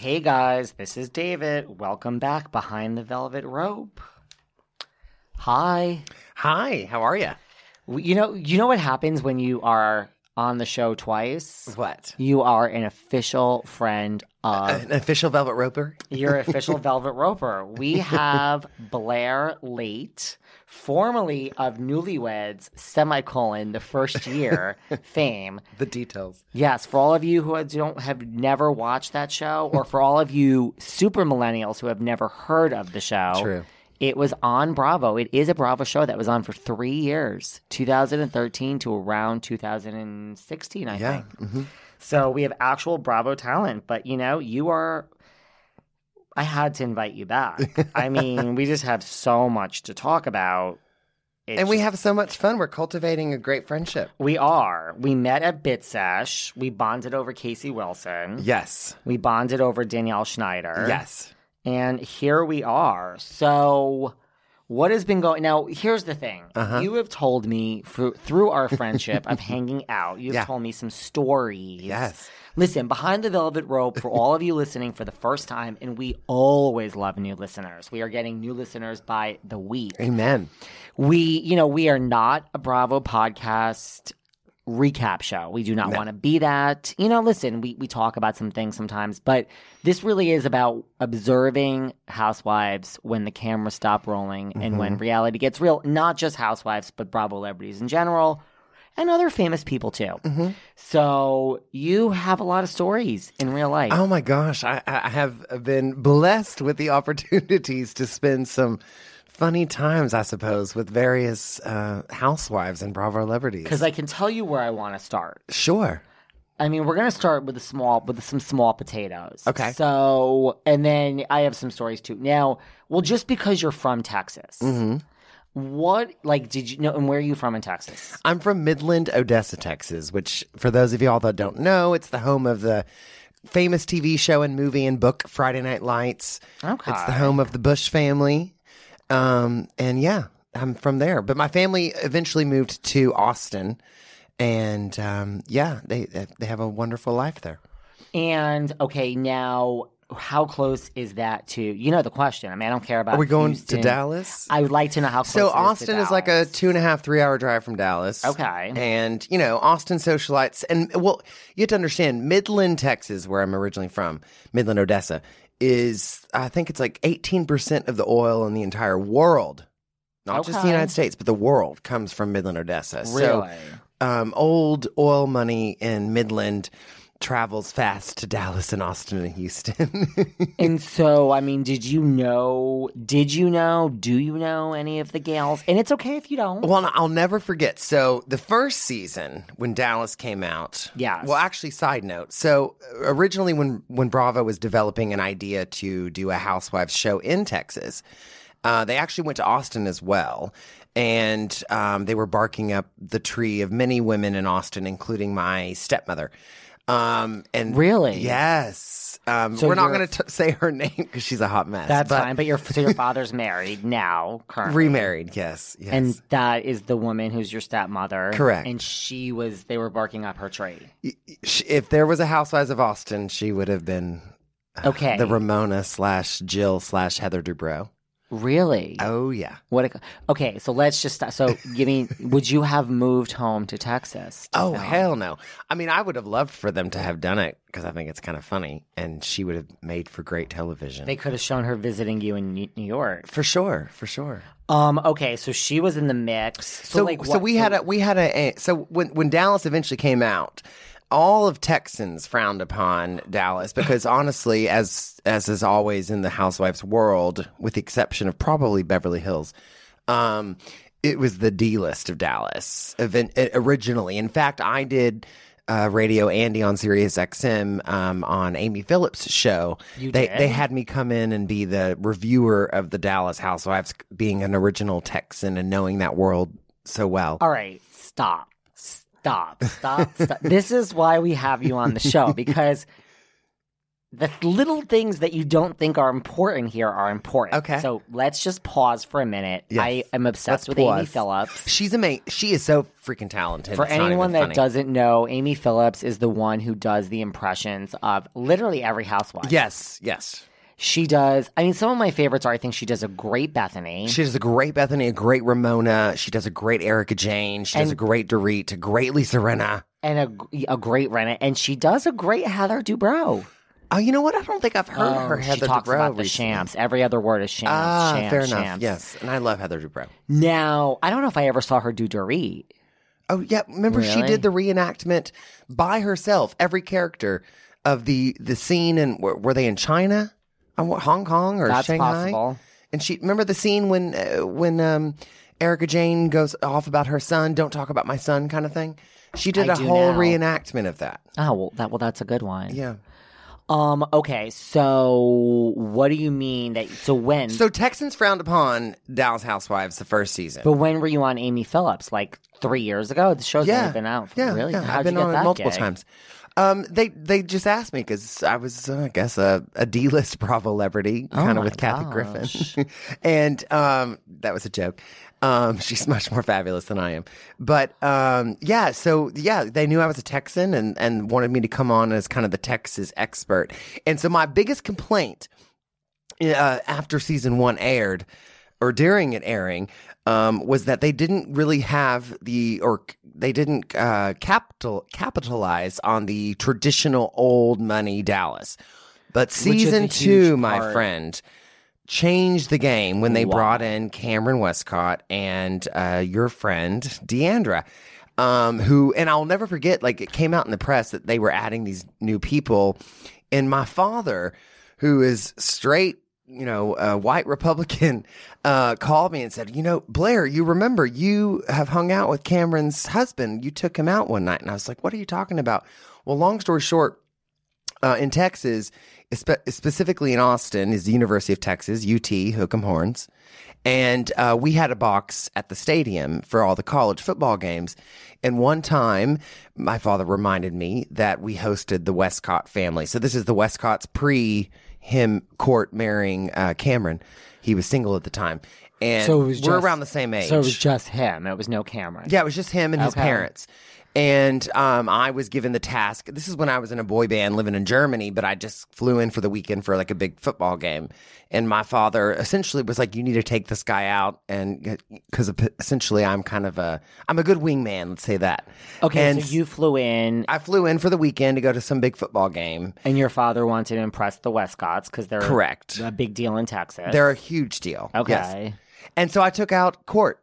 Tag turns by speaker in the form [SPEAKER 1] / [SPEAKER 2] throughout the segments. [SPEAKER 1] Hey guys, this is David. Welcome back behind the velvet rope. Hi.
[SPEAKER 2] Hi, how are you?
[SPEAKER 1] W- You know, you know what happens when you are on the show twice?
[SPEAKER 2] What?
[SPEAKER 1] You are an official friend of
[SPEAKER 2] An official Velvet Roper?
[SPEAKER 1] your official velvet roper. We have Blair Late, formerly of Newlyweds semicolon the first year fame.
[SPEAKER 2] The details.
[SPEAKER 1] Yes, for all of you who don't have never watched that show, or for all of you super millennials who have never heard of the show,
[SPEAKER 2] True.
[SPEAKER 1] It was on Bravo. It is a Bravo show that was on for three years, 2013 to around 2016, I
[SPEAKER 2] Yeah. Mm-hmm.
[SPEAKER 1] think. So we have actual Bravo talent, but you know, you are. I had to invite you back. I mean, we just have so much to talk about. It's
[SPEAKER 2] And we
[SPEAKER 1] just-
[SPEAKER 2] have so much fun. We're cultivating a great friendship.
[SPEAKER 1] we are. We met at Bitsesh. We bonded over Casey Wilson.
[SPEAKER 2] Yes.
[SPEAKER 1] We bonded over Danielle
[SPEAKER 2] Er.
[SPEAKER 1] Schneider.
[SPEAKER 2] Yes.
[SPEAKER 1] And here we are. So, what has been going now? Here's the thing
[SPEAKER 2] Uh-huh.
[SPEAKER 1] you have told me through, through our friendship of hanging out, you've
[SPEAKER 2] Yeah.
[SPEAKER 1] told me some stories.
[SPEAKER 2] Yes.
[SPEAKER 1] Listen, behind the velvet rope for all of you listening for the first time, and we always love new listeners. We are getting new listeners by the week.
[SPEAKER 2] Amen.
[SPEAKER 1] We, you know, we are not a Bravo podcast recap show. We do not want to be that. You know, listen, we, we talk about some things sometimes, but this really is about observing housewives when the cameras stop rolling and when reality gets real, not just housewives, but Bravo celebrities in general and other famous people too. So you have a lot of stories in real life.
[SPEAKER 2] Oh my gosh. I, I have been blessed with the opportunities to spend some funny times, I suppose, with various uh, housewives and Bravo
[SPEAKER 1] Because
[SPEAKER 2] celebrities.
[SPEAKER 1] I can tell you where I want to start.
[SPEAKER 2] Sure.
[SPEAKER 1] I mean, we're gonna start with a small with some small potatoes.
[SPEAKER 2] Okay.
[SPEAKER 1] So, and then I have some stories too. Now, well, just because you're from Texas,
[SPEAKER 2] Mm-hmm.
[SPEAKER 1] what like did you know? And where are you from in Texas?
[SPEAKER 2] I'm from Midland, Odessa, Texas, which, for those of y'all that don't know, it's the home of the famous TV show and movie and book Friday Night Lights.
[SPEAKER 1] Okay.
[SPEAKER 2] It's the home of the Bush family. Um, and yeah, I'm from there. But my family eventually moved to Austin. And um, yeah, they they have a wonderful life there.
[SPEAKER 1] And okay, now how close is that to you know the question? I mean, I don't care about.
[SPEAKER 2] Are we going
[SPEAKER 1] Houston.
[SPEAKER 2] to Dallas?
[SPEAKER 1] I would like to know how. close it
[SPEAKER 2] So
[SPEAKER 1] is to
[SPEAKER 2] Austin is like a
[SPEAKER 1] Dallas.
[SPEAKER 2] two and a half, three hour drive from Dallas.
[SPEAKER 1] Okay.
[SPEAKER 2] And, you know, Austin socialites and well, you have to understand Midland, Texas, where I'm originally from, Midland, Odessa, is I think it's like eighteen percent of the oil in the entire world. Not just the
[SPEAKER 1] Okay.
[SPEAKER 2] United States, but the world comes from Midland, Odessa. So
[SPEAKER 1] Really?
[SPEAKER 2] um, old oil money in Midland travels fast to Dallas and Austin and Houston.
[SPEAKER 1] And so, I mean, did you know? Did you know? Do you know any of the gals? And it's okay if you don't.
[SPEAKER 2] Well, and I'll never forget. So the first season when Dallas came out.
[SPEAKER 1] Yes.
[SPEAKER 2] Well, actually, side note. So originally, when when Bravo was developing an idea to do a Housewives show in Texas, uh, they actually went to Austin as well, and um, they were barking up the tree of many women in Austin, including my stepmother. Um, and
[SPEAKER 1] Really?
[SPEAKER 2] yes. Um,
[SPEAKER 1] So
[SPEAKER 2] we're not
[SPEAKER 1] you're-
[SPEAKER 2] going to say her name because she's a hot mess.
[SPEAKER 1] That's
[SPEAKER 2] but
[SPEAKER 1] fine. But your so your father's married now, currently,
[SPEAKER 2] Remarried, yes, yes.
[SPEAKER 1] and that is the woman who's your stepmother,
[SPEAKER 2] Correct.
[SPEAKER 1] And she was they were barking up her tree.
[SPEAKER 2] Sh- if there was a Housewives of Austin, she would have been
[SPEAKER 1] Okay,
[SPEAKER 2] the Ramona slash Jill slash Heather Dubrow.
[SPEAKER 1] really?
[SPEAKER 2] Oh yeah.
[SPEAKER 1] What? A, okay, so let's just stop. so give me. would you have moved home to Texas? to
[SPEAKER 2] Oh
[SPEAKER 1] film?
[SPEAKER 2] hell no! I mean, I would have loved for them to have done it because I think it's kind of funny, and she would have made for great television.
[SPEAKER 1] They could have shown her visiting you in New New York.
[SPEAKER 2] for sure, for sure.
[SPEAKER 1] Um. Okay, so she was in the mix. So,
[SPEAKER 2] So, so,
[SPEAKER 1] like, what-
[SPEAKER 2] we had a we had a so when when Dallas eventually came out, all of Texans frowned upon Dallas because honestly, as as is always in the housewives world, with the exception of probably Beverly Hills, um, it was the D list of Dallas event, originally. In fact, I did. Uh, radio Andy on Sirius XM um, on Amy Phillips' show.
[SPEAKER 1] You
[SPEAKER 2] they
[SPEAKER 1] did?
[SPEAKER 2] they had me come in and be the reviewer of the Dallas Housewives, being an original Texan and knowing that world so well.
[SPEAKER 1] All right, stop, stop, stop, stop. this is why we have you on the show because the little things that you don't think are important here are important.
[SPEAKER 2] Okay.
[SPEAKER 1] So let's just pause for a minute.
[SPEAKER 2] Yes.
[SPEAKER 1] I am obsessed
[SPEAKER 2] Let's
[SPEAKER 1] with Amy
[SPEAKER 2] pause.
[SPEAKER 1] Phillips.
[SPEAKER 2] She's amazing. She is so freaking talented.
[SPEAKER 1] For
[SPEAKER 2] It's not
[SPEAKER 1] anyone
[SPEAKER 2] even
[SPEAKER 1] that
[SPEAKER 2] funny.
[SPEAKER 1] doesn't know, Amy Phillips is the one who does the impressions of literally every housewife.
[SPEAKER 2] yes, yes,
[SPEAKER 1] She does. I mean, some of my favorites are I think she does a great Bethany.
[SPEAKER 2] she does a great Bethany, a great Ramona. She does a great Erica Jane. She does
[SPEAKER 1] And-
[SPEAKER 2] a great Dorit, a great Lisa Renna.
[SPEAKER 1] and a, gr- a great Renna, and she does a great Heather Dubrow.
[SPEAKER 2] Oh, you know what? I don't think I've heard her.
[SPEAKER 1] Oh,
[SPEAKER 2] Heather
[SPEAKER 1] she talks
[SPEAKER 2] Dubrow
[SPEAKER 1] about the
[SPEAKER 2] recently.
[SPEAKER 1] shams. Every other word is shams.
[SPEAKER 2] Ah,
[SPEAKER 1] shams,
[SPEAKER 2] fair enough.
[SPEAKER 1] shams.
[SPEAKER 2] Yes, and I love Heather Dubrow.
[SPEAKER 1] Now I don't know if I ever saw her do Dorit.
[SPEAKER 2] Oh yeah, remember she
[SPEAKER 1] Really?
[SPEAKER 2] did the reenactment by herself, every character of the the scene, and were, were they in China, Uh, what, Hong Kong, or
[SPEAKER 1] That's
[SPEAKER 2] Shanghai?
[SPEAKER 1] possible.
[SPEAKER 2] And she remember the scene when uh, when um, Erica Jane goes off about her son, don't talk about my son, kind of thing. She did
[SPEAKER 1] I
[SPEAKER 2] a
[SPEAKER 1] do
[SPEAKER 2] whole
[SPEAKER 1] now.
[SPEAKER 2] reenactment of that.
[SPEAKER 1] Oh well, that well that's a good one.
[SPEAKER 2] Yeah.
[SPEAKER 1] Um. Okay. So what do you mean that? So when?
[SPEAKER 2] So Texans frowned upon Dallas Housewives the first season.
[SPEAKER 1] but when were you on Amy Phillips? Like three years ago? The show's only been out. For,
[SPEAKER 2] yeah,
[SPEAKER 1] Really?
[SPEAKER 2] yeah.
[SPEAKER 1] How'd
[SPEAKER 2] I've been
[SPEAKER 1] you get
[SPEAKER 2] on
[SPEAKER 1] that
[SPEAKER 2] it multiple
[SPEAKER 1] gig?
[SPEAKER 2] times. Um, they they just asked me because I was, uh, I guess, a, a D list Bravo celebrity, kind
[SPEAKER 1] Oh my
[SPEAKER 2] of with Kathy
[SPEAKER 1] gosh.
[SPEAKER 2] Griffin, and um, that was a joke. Um, she's much more fabulous than I am, but um, yeah. So yeah, they knew I was a Texan and and wanted me to come on as kind of the Texas expert. And so my biggest complaint uh, after season one aired or during it airing um, was that they didn't really have the or c- they didn't uh, capital capitalize on the traditional old money Dallas. But
[SPEAKER 1] Which is a
[SPEAKER 2] season
[SPEAKER 1] huge
[SPEAKER 2] two, my
[SPEAKER 1] part.
[SPEAKER 2] friend, changed the game when they
[SPEAKER 1] Wow.
[SPEAKER 2] brought in Cameron Westcott and uh, your friend Deandra. Um, who and I'll never forget, like it came out in the press that they were adding these new people. And my father, who is straight, you know, uh, white Republican, uh, called me and said, You know, Blair, you remember you have hung out with Cameron's husband. You took him out one night. And I was like, What are you talking about? Well, long story short, uh, in Texas, espe- specifically in Austin, is the University of Texas, UT, Hook'em Horns. And uh, we had a box at the stadium for all the college football games. And one time, my father reminded me that we hosted the Westcott family. So this is the Westcott's pre him court marrying uh, Cameron. He was single at the time. And
[SPEAKER 1] So it was
[SPEAKER 2] we're
[SPEAKER 1] just-
[SPEAKER 2] around the same age.
[SPEAKER 1] So it was just him. It was no camera.
[SPEAKER 2] Yeah, it was just him and his
[SPEAKER 1] Okay.
[SPEAKER 2] parents. And um, I was given the task. This is when I was in a boy band living in Germany, but I just flew in for the weekend for like a big football game. And my father essentially was like, "You need to take this guy out," and because essentially I'm kind of a I'm a good wingman, let's say that.
[SPEAKER 1] Okay.
[SPEAKER 2] And
[SPEAKER 1] so you flew in,
[SPEAKER 2] I flew in for the weekend to go to some big football game.
[SPEAKER 1] and your father wanted to impress the Westcotts because they're
[SPEAKER 2] Correct.
[SPEAKER 1] a big deal in Texas.
[SPEAKER 2] They're a huge deal.
[SPEAKER 1] okay.
[SPEAKER 2] Yes. And so I took out Court,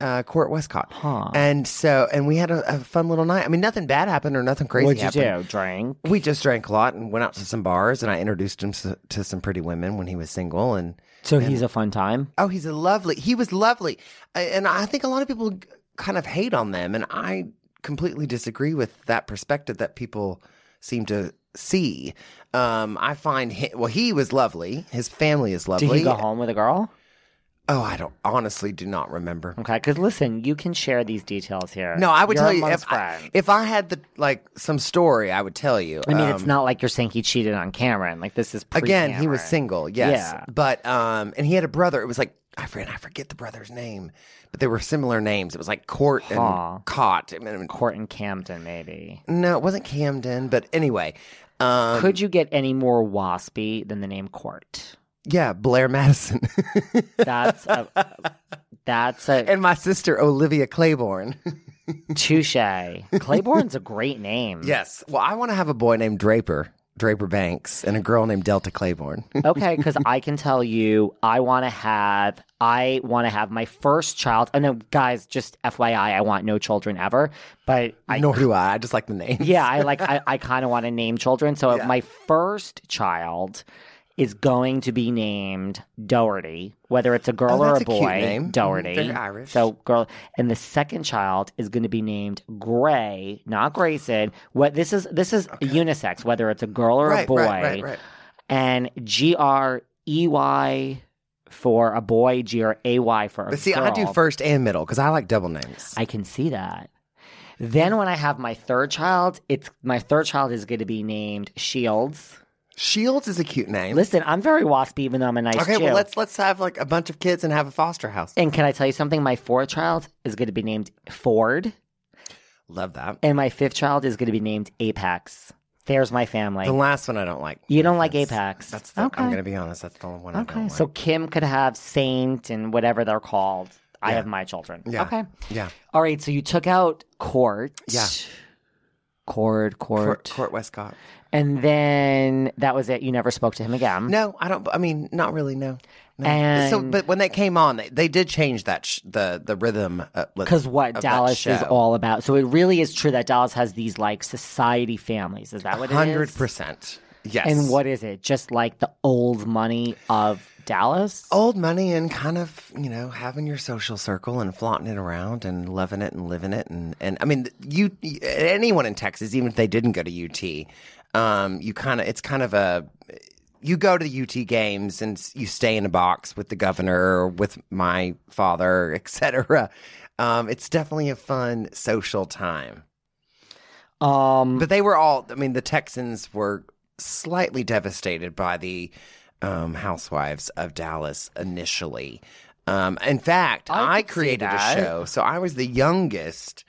[SPEAKER 2] uh, Court Westcott, and so and we had a, a fun little night. I mean, nothing bad happened or nothing crazy.
[SPEAKER 1] What'd you
[SPEAKER 2] happened.
[SPEAKER 1] do? Drink.
[SPEAKER 2] We just drank a lot and went out to some bars, and I introduced him s- to some pretty women when he was single. And
[SPEAKER 1] So he's a fun time.
[SPEAKER 2] oh, he's a lovely. He was lovely, A- and I think a lot of people g- kind of hate on them, and I completely disagree with that perspective that people seem to see. Um, I find hi well, he was lovely. His family is lovely.
[SPEAKER 1] Did he go home with a girl?
[SPEAKER 2] Oh, I don't honestly do not remember.
[SPEAKER 1] Okay, because listen, you can share these details here.
[SPEAKER 2] No, I would
[SPEAKER 1] You're
[SPEAKER 2] tell you
[SPEAKER 1] amongst
[SPEAKER 2] if I,
[SPEAKER 1] friends.
[SPEAKER 2] if I had the like some story, I would tell you.
[SPEAKER 1] I mean, it's
[SPEAKER 2] Um,
[SPEAKER 1] not like you're saying he cheated on Cameron. Like this is pre-
[SPEAKER 2] again he was single yes
[SPEAKER 1] Yeah.
[SPEAKER 2] but um and he had a brother it was like i forget i forget the brother's name but they were similar names it was like court
[SPEAKER 1] Huh.
[SPEAKER 2] and caught I mean, I mean,
[SPEAKER 1] Court and Camden, maybe.
[SPEAKER 2] no it wasn't camden but anyway um
[SPEAKER 1] Could you get any more waspy than the name Court?
[SPEAKER 2] yeah blair madison
[SPEAKER 1] That's a that's a
[SPEAKER 2] and my sister olivia claiborne
[SPEAKER 1] touche. Claiborne's a great name.
[SPEAKER 2] yes well i want to have a boy named draper draper banks and a girl named delta claiborne
[SPEAKER 1] okay, because I can tell you, I want to have, I want to have my first child. I know, guys, just FYI, I want no children ever, but I,
[SPEAKER 2] nor do i i just like the name
[SPEAKER 1] yeah, I like, I, I kind of want to name children. So my first child is going to be named Doherty, whether it's a girl
[SPEAKER 2] Oh,
[SPEAKER 1] or
[SPEAKER 2] that's
[SPEAKER 1] a
[SPEAKER 2] a cute
[SPEAKER 1] boy.
[SPEAKER 2] name.
[SPEAKER 1] Doherty,
[SPEAKER 2] Very Irish.
[SPEAKER 1] So girl, and the second child is going to be named Gray, not Grayson. What this is, this is unisex, whether it's a girl or a
[SPEAKER 2] right,
[SPEAKER 1] boy
[SPEAKER 2] right right right
[SPEAKER 1] and G R E Y for a boy, G R A Y for a
[SPEAKER 2] but see
[SPEAKER 1] girl.
[SPEAKER 2] i do first and middle because i like double names
[SPEAKER 1] I can see that. Then when I have my third child, it's my third child is going to be named Shields.
[SPEAKER 2] shields is a cute name
[SPEAKER 1] Listen, I'm very waspy, even though I'm a nice
[SPEAKER 2] Okay,
[SPEAKER 1] Jew.
[SPEAKER 2] well let's let's have like a bunch of kids and have a foster house.
[SPEAKER 1] And can I tell you something? My fourth child is going to be named Ford,
[SPEAKER 2] Love that.
[SPEAKER 1] and my fifth child is going to be named Apex. There's my family.
[SPEAKER 2] the last one I don't like.
[SPEAKER 1] you don't like
[SPEAKER 2] That's-
[SPEAKER 1] Apex.
[SPEAKER 2] That's the,
[SPEAKER 1] okay.
[SPEAKER 2] I'm gonna be honest. That's the only one I don't
[SPEAKER 1] okay.
[SPEAKER 2] like.
[SPEAKER 1] So Kim could have Saint and whatever they're called. I
[SPEAKER 2] Yeah.
[SPEAKER 1] have my children.
[SPEAKER 2] Yeah.
[SPEAKER 1] Okay.
[SPEAKER 2] yeah,
[SPEAKER 1] All right, so you took out court.
[SPEAKER 2] Yeah.
[SPEAKER 1] Court, court.
[SPEAKER 2] Court, Court Westcott.
[SPEAKER 1] And then that was it. You never spoke to him again.
[SPEAKER 2] No, I don't. I mean, not really. No. no. so,
[SPEAKER 1] And-
[SPEAKER 2] but when they came on, they, they did change that sh- the the rhythm. uh,
[SPEAKER 1] Because
[SPEAKER 2] Because
[SPEAKER 1] what
[SPEAKER 2] that
[SPEAKER 1] Dallas is
[SPEAKER 2] show.
[SPEAKER 1] all about. So it really is true that Dallas has these like society families. Is that what it is?
[SPEAKER 2] hundred percent. Yes.
[SPEAKER 1] And what is it? Just like the old money of Dallas?
[SPEAKER 2] Old money and kind of, you know, having your social circle and flaunting it around and loving it and living it. And, and I mean, you, anyone in Texas, even if they didn't go to UT, um, you kind of, it's kind of a, you go to the UT games and you stay in a box with the governor, with my father, et cetera. Um, it's definitely a fun social time.
[SPEAKER 1] Um,
[SPEAKER 2] But they were all, I mean, the Texans were slightly devastated by the um, Housewives of Dallas initially. Um, in fact,
[SPEAKER 1] I
[SPEAKER 2] I,
[SPEAKER 1] could see
[SPEAKER 2] created a
[SPEAKER 1] that.
[SPEAKER 2] show. So I was the youngest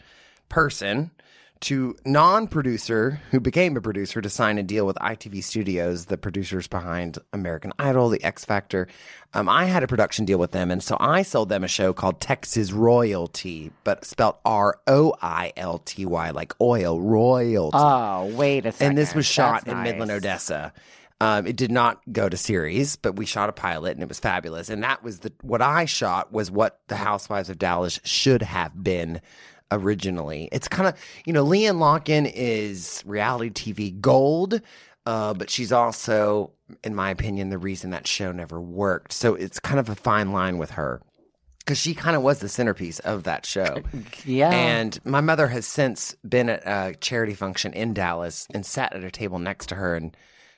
[SPEAKER 2] person to non producer who became a producer to sign a deal with ITV Studios, the producers behind American Idol, The X Factor. Um, I had a production deal with them. And so I sold them a show called Texas Royalty, but spelled R O I L T Y, like oil, royalty.
[SPEAKER 1] oh, wait a second.
[SPEAKER 2] and this was shot
[SPEAKER 1] That's
[SPEAKER 2] in Midland,
[SPEAKER 1] nice.
[SPEAKER 2] Odessa. Um, it did not go to series, but we shot a pilot and it was fabulous. And that was the what I shot was what the Housewives of Dallas should have been originally. It's kind of you know Leanne Locken is reality TV gold, uh, but she's also, in my opinion, the reason that show never worked. So it's kind of a fine line with her because she kind of was the centerpiece of that show.
[SPEAKER 1] Yeah.
[SPEAKER 2] And my mother has since been at a charity function in Dallas and sat at a table next to her and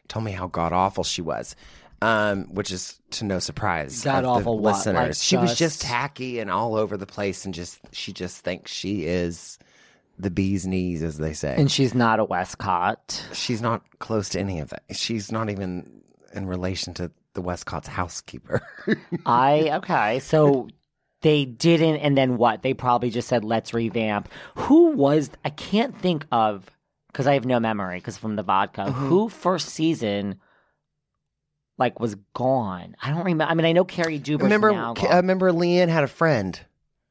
[SPEAKER 2] told me how god awful she was, um, which is to no surprise. of the
[SPEAKER 1] God-awful what?
[SPEAKER 2] listeners.
[SPEAKER 1] Like,
[SPEAKER 2] she was
[SPEAKER 1] just-
[SPEAKER 2] just tacky and all over the place, and just she just thinks she is the bee's knees, as they say.
[SPEAKER 1] And she's not a Westcott.
[SPEAKER 2] she's not close to any of that. She's not even in relation to the Westcott's housekeeper.
[SPEAKER 1] I okay, so they didn't, and then what? They probably just said, "Let's revamp." Who was? I can't think of because I have no memory because from the vodka.
[SPEAKER 2] Mm-hmm.
[SPEAKER 1] Who first season like was gone? I don't remember. I mean, I know Carrie Duber's
[SPEAKER 2] remember,
[SPEAKER 1] now.
[SPEAKER 2] K-
[SPEAKER 1] gone.
[SPEAKER 2] uh, remember, Leanne had a friend.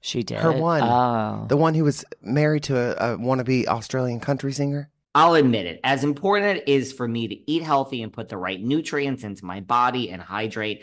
[SPEAKER 1] she did
[SPEAKER 2] her one.
[SPEAKER 1] Oh.
[SPEAKER 2] The one who was married to a, a wannabe Australian country singer?
[SPEAKER 1] I'll admit it, as important it is for me to eat healthy and put the right nutrients into my body and hydrate,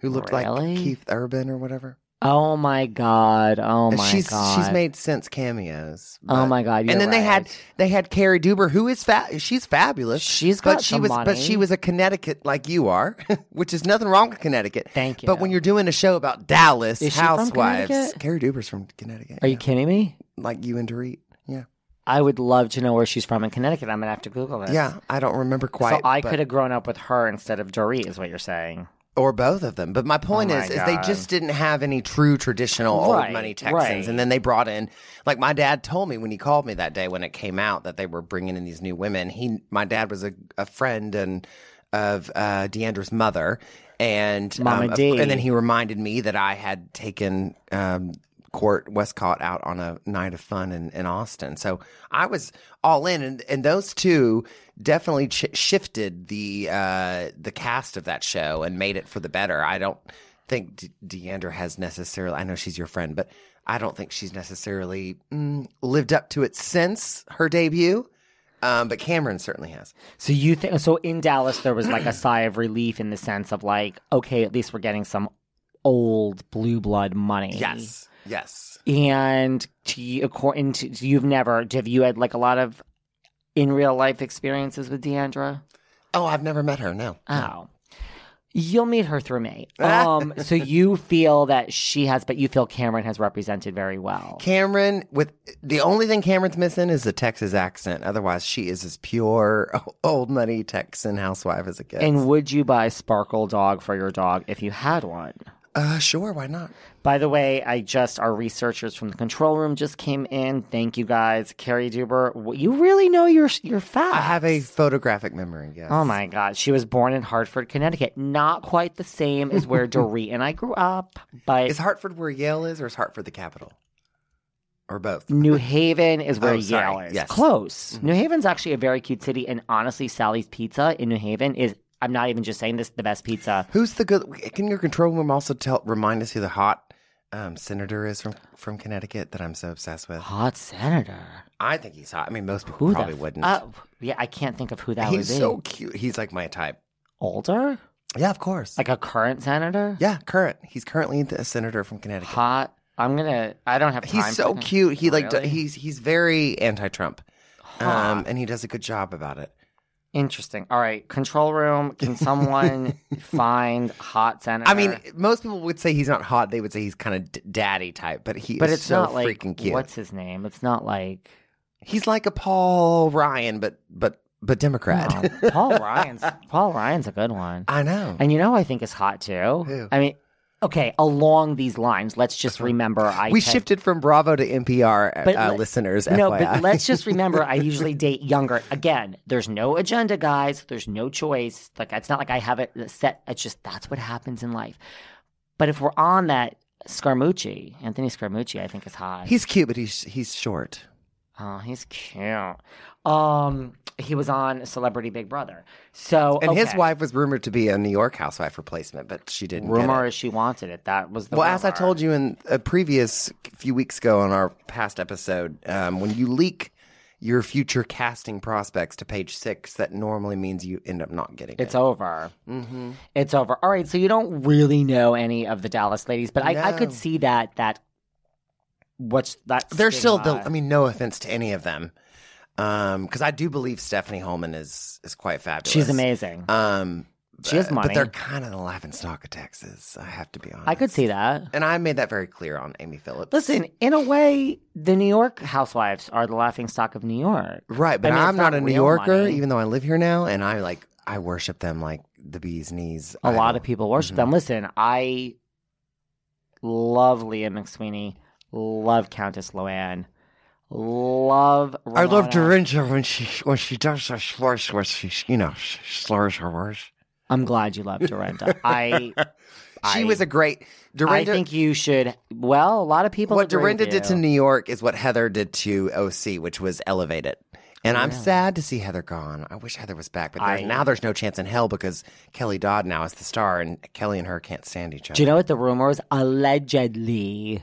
[SPEAKER 2] Who looked
[SPEAKER 1] Really?
[SPEAKER 2] like Keith Urban or whatever.
[SPEAKER 1] Oh my god. Oh
[SPEAKER 2] And
[SPEAKER 1] my
[SPEAKER 2] she's
[SPEAKER 1] god.
[SPEAKER 2] she's made since cameos.
[SPEAKER 1] Oh
[SPEAKER 2] but-
[SPEAKER 1] my god. you're
[SPEAKER 2] and then they had
[SPEAKER 1] right.
[SPEAKER 2] they had Carrie Duber, who is fat. She's fabulous.
[SPEAKER 1] She's
[SPEAKER 2] but
[SPEAKER 1] got
[SPEAKER 2] she
[SPEAKER 1] some
[SPEAKER 2] was but
[SPEAKER 1] money.
[SPEAKER 2] she was a Connecticut like you are, which is nothing wrong with Connecticut.
[SPEAKER 1] Thank you.
[SPEAKER 2] But when you're doing a show about Dallas
[SPEAKER 1] Is she from
[SPEAKER 2] housewives,
[SPEAKER 1] Connecticut?
[SPEAKER 2] Carrie Duber's from Connecticut.
[SPEAKER 1] Are you
[SPEAKER 2] yeah.
[SPEAKER 1] kidding me?
[SPEAKER 2] like you and Dorit? Yeah,
[SPEAKER 1] I would love to know where she's from in Connecticut. I'm gonna have to Google this.
[SPEAKER 2] yeah. I don't remember quite.
[SPEAKER 1] so I
[SPEAKER 2] but-
[SPEAKER 1] could have grown up with her instead of Dorit, is what you're saying.
[SPEAKER 2] or both of them. But my point
[SPEAKER 1] Oh my
[SPEAKER 2] is, is they
[SPEAKER 1] God.
[SPEAKER 2] just didn't have any true traditional
[SPEAKER 1] Right,
[SPEAKER 2] old money Texans,
[SPEAKER 1] right.
[SPEAKER 2] and then they brought in. Like my dad told me when he called me that day when it came out that they were bringing in these new women. He, my dad was a, a friend and of uh, Deandra's mother, and um,
[SPEAKER 1] Mama
[SPEAKER 2] of-
[SPEAKER 1] D.
[SPEAKER 2] and then he reminded me that I had taken. Um, Court Westcott out on a night of fun in, in Austin. So I was all in, and, and those two definitely ch- shifted the uh, the cast of that show and made it for the better. I don't think De- Deandra has necessarily. I know she's your friend, but I don't think she's necessarily mm, lived up to it since her debut. Um, but Cameron certainly has.
[SPEAKER 1] So you think so in Dallas there was like a sigh of relief in the sense of like, okay, at least we're getting some old blue blood money.
[SPEAKER 2] Yes, yes.
[SPEAKER 1] And to you, according to you've never have you had like a lot of in real life experiences with Deandra?
[SPEAKER 2] Oh, I've never met her. No.
[SPEAKER 1] Oh. You'll meet her through me. Um, so you feel that she has, but you feel Cameron has represented very well.
[SPEAKER 2] Cameron with the only thing Cameron's missing is the Texas accent. Otherwise, she is as pure old money Texan housewife as it gets.
[SPEAKER 1] and would you buy Sparkle Dog for your dog if you had one?
[SPEAKER 2] uh, sure, why not?
[SPEAKER 1] By the way, I just our researchers from the control room just came in. Thank you guys, Carrie Duber. w- You really know your your facts.
[SPEAKER 2] I have a photographic memory. Yes.
[SPEAKER 1] Oh my God! She was born in Hartford, Connecticut. Not quite the same as where Dorit and I grew up, but
[SPEAKER 2] Is Hartford where Yale is, or is Hartford the capital, or both?
[SPEAKER 1] New Haven is where
[SPEAKER 2] Oh, sorry.
[SPEAKER 1] Yale is.
[SPEAKER 2] Yes.
[SPEAKER 1] Close. New Haven's actually a very cute city, and honestly, Sally's Pizza in New Haven is. I'm not even just saying this. The best pizza.
[SPEAKER 2] Who's the good? Can your control room also tell remind us who the hot um, senator is from from Connecticut that I'm so obsessed with?
[SPEAKER 1] Hot senator.
[SPEAKER 2] I think he's hot. I mean, most
[SPEAKER 1] Who
[SPEAKER 2] people
[SPEAKER 1] the
[SPEAKER 2] probably
[SPEAKER 1] f-
[SPEAKER 2] wouldn't.
[SPEAKER 1] Oh, yeah, I can't think of who that
[SPEAKER 2] he's
[SPEAKER 1] would be.
[SPEAKER 2] so cute. He's like my type.
[SPEAKER 1] Older,
[SPEAKER 2] Yeah, of course.
[SPEAKER 1] like a current senator.
[SPEAKER 2] yeah, current. He's currently a senator from Connecticut.
[SPEAKER 1] hot. I'm gonna. I don't have time.
[SPEAKER 2] He's
[SPEAKER 1] for
[SPEAKER 2] so
[SPEAKER 1] him. Oh,
[SPEAKER 2] cute. He like d-
[SPEAKER 1] Really?
[SPEAKER 2] he's he's very anti-Trump,
[SPEAKER 1] Hot.
[SPEAKER 2] um, and he does a good job about it.
[SPEAKER 1] Interesting. All right, control room. Can someone find hot senator?
[SPEAKER 2] I mean, most people would say he's not hot. They would say he's kind of d- daddy type, but he
[SPEAKER 1] but
[SPEAKER 2] is
[SPEAKER 1] it's
[SPEAKER 2] so
[SPEAKER 1] not like
[SPEAKER 2] freaking cute.
[SPEAKER 1] what's his name? It's not like
[SPEAKER 2] He's like a Paul Ryan, but but but Democrat.
[SPEAKER 1] No, um, Paul Ryan's. Paul Ryan's a good one.
[SPEAKER 2] I know.
[SPEAKER 1] And you know, who I think is hot too.
[SPEAKER 2] Who? Uh-huh.
[SPEAKER 1] I mean, okay, along these lines, let's just remember. I
[SPEAKER 2] we
[SPEAKER 1] tend-
[SPEAKER 2] shifted from Bravo to NPR, uh,
[SPEAKER 1] But
[SPEAKER 2] uh,
[SPEAKER 1] let-
[SPEAKER 2] listeners.
[SPEAKER 1] No,
[SPEAKER 2] FYI.
[SPEAKER 1] but let's just remember I usually date younger. Again, there's no agenda, guys. There's no choice. Like it's not like I have it set. It's just that's what happens in life. But if we're on that Scaramucci, Anthony Scaramucci, I think is hot.
[SPEAKER 2] he's cute, but he's he's short.
[SPEAKER 1] oh, he's cute. Um, he was on Celebrity Big Brother. So
[SPEAKER 2] And his
[SPEAKER 1] Oh, okay.
[SPEAKER 2] wife was rumored to be a New York housewife replacement, but she didn't. get
[SPEAKER 1] rumor
[SPEAKER 2] it.
[SPEAKER 1] is she wanted it. That was the
[SPEAKER 2] Well, as I
[SPEAKER 1] rumor.
[SPEAKER 2] told you in a previous few weeks ago on our past episode, um, when you leak your future casting prospects to page six, that normally means you end up not getting
[SPEAKER 1] It's
[SPEAKER 2] it.
[SPEAKER 1] over. Mm-hmm. It's over. All right. So you don't really know any of the Dallas ladies, but I, I could
[SPEAKER 2] No.
[SPEAKER 1] see that that what's that
[SPEAKER 2] They're still
[SPEAKER 1] stigma-
[SPEAKER 2] the. I mean, no offense to any of them, Um, because I do believe Stephanie Holman is is quite fabulous.
[SPEAKER 1] She's amazing.
[SPEAKER 2] Um,
[SPEAKER 1] She has
[SPEAKER 2] but-
[SPEAKER 1] money.
[SPEAKER 2] but they're kind of the laughing stock of Texas. I have to be honest.
[SPEAKER 1] I could see that.
[SPEAKER 2] and I made that very clear on Amy Phillips.
[SPEAKER 1] Listen, in a way, the New York housewives are the laughing stock of New York.
[SPEAKER 2] right? But
[SPEAKER 1] I mean, it's
[SPEAKER 2] I'm not,
[SPEAKER 1] not
[SPEAKER 2] a New
[SPEAKER 1] real
[SPEAKER 2] Yorker,
[SPEAKER 1] money.
[SPEAKER 2] even though I live here now, and I like I worship them like the bees knees.
[SPEAKER 1] A lot
[SPEAKER 2] idol.
[SPEAKER 1] of people
[SPEAKER 2] Mm-hmm.
[SPEAKER 1] worship them. Listen, I love Leah McSweeney, love Countess Loanne, love.
[SPEAKER 2] I love
[SPEAKER 1] Ramona.
[SPEAKER 2] Dorinda when she when she does her slurs when she you know she slurs her words.
[SPEAKER 1] I'm glad you love Dorinda. I
[SPEAKER 2] She
[SPEAKER 1] I-
[SPEAKER 2] was a great Dorinda.
[SPEAKER 1] I think you should. Well, a lot of people.
[SPEAKER 2] what
[SPEAKER 1] agree with
[SPEAKER 2] Dorinda did
[SPEAKER 1] you.
[SPEAKER 2] to New York is what Heather did to OC, which was elevate it. And I'm sad to see Heather gone. I wish Heather was back, but there's,
[SPEAKER 1] Oh, I-
[SPEAKER 2] now there's no chance in hell because Kelly Dodd now is the star, and Kelly and her can't stand each other.
[SPEAKER 1] Do you know what the rumor is? Allegedly,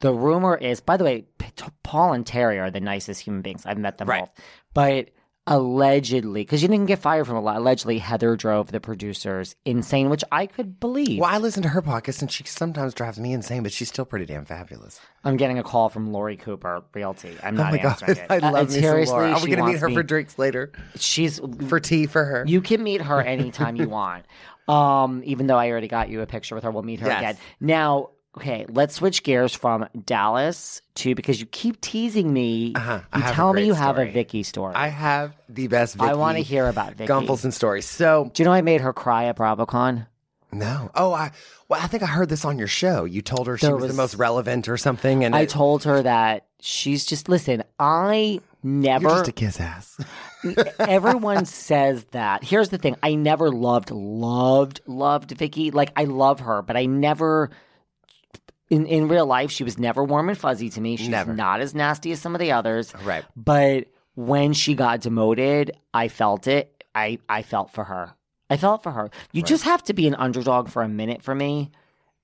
[SPEAKER 1] the rumor is. By the way, P- T- Paul and Terry are the nicest human beings. I've met them
[SPEAKER 2] Right.
[SPEAKER 1] both, but allegedly, because you didn't get fired from a lot. Allegedly, Heather drove the producers insane, which I could believe.
[SPEAKER 2] Well, I listen to her podcast, and she sometimes drives me insane, but she's still pretty damn fabulous.
[SPEAKER 1] I'm getting a call from Lori Cooper Realty. I'm not
[SPEAKER 2] oh my god,
[SPEAKER 1] answering it.
[SPEAKER 2] I
[SPEAKER 1] Uh,
[SPEAKER 2] love me some
[SPEAKER 1] seriously,
[SPEAKER 2] Laura. Are we
[SPEAKER 1] she
[SPEAKER 2] gonna meet
[SPEAKER 1] wants
[SPEAKER 2] her
[SPEAKER 1] me-
[SPEAKER 2] for drinks later?
[SPEAKER 1] She's
[SPEAKER 2] For tea for her?
[SPEAKER 1] You can meet her anytime you want. Um, even though I already got you a picture with her, we'll meet her
[SPEAKER 2] Yes.
[SPEAKER 1] again. Now, okay, let's switch gears from Dallas to because you keep teasing me.
[SPEAKER 2] Uh-huh. I
[SPEAKER 1] You
[SPEAKER 2] have a
[SPEAKER 1] tell me
[SPEAKER 2] great
[SPEAKER 1] you have a
[SPEAKER 2] story.
[SPEAKER 1] Vicky story.
[SPEAKER 2] I have the best. Vicky
[SPEAKER 1] I want to hear about Vicky.
[SPEAKER 2] Gumpelson story. So
[SPEAKER 1] Do you know I made her cry at BravoCon?
[SPEAKER 2] no. Oh, I well, I think I heard this on your show. You told her she
[SPEAKER 1] There
[SPEAKER 2] was,
[SPEAKER 1] was-
[SPEAKER 2] the most relevant or something, and
[SPEAKER 1] I
[SPEAKER 2] it-
[SPEAKER 1] told her that she's just listen. I never
[SPEAKER 2] you're just a kiss ass.
[SPEAKER 1] Everyone says that. Here's the thing. I never loved, loved, loved Vicky. Like I love her, but I never in in real life she was never warm and fuzzy to me. She's
[SPEAKER 2] Never.
[SPEAKER 1] not as nasty as some of the others.
[SPEAKER 2] Right.
[SPEAKER 1] But when she got demoted, I felt it. I I felt for her. I felt for her. You just have to be an underdog for a minute for me.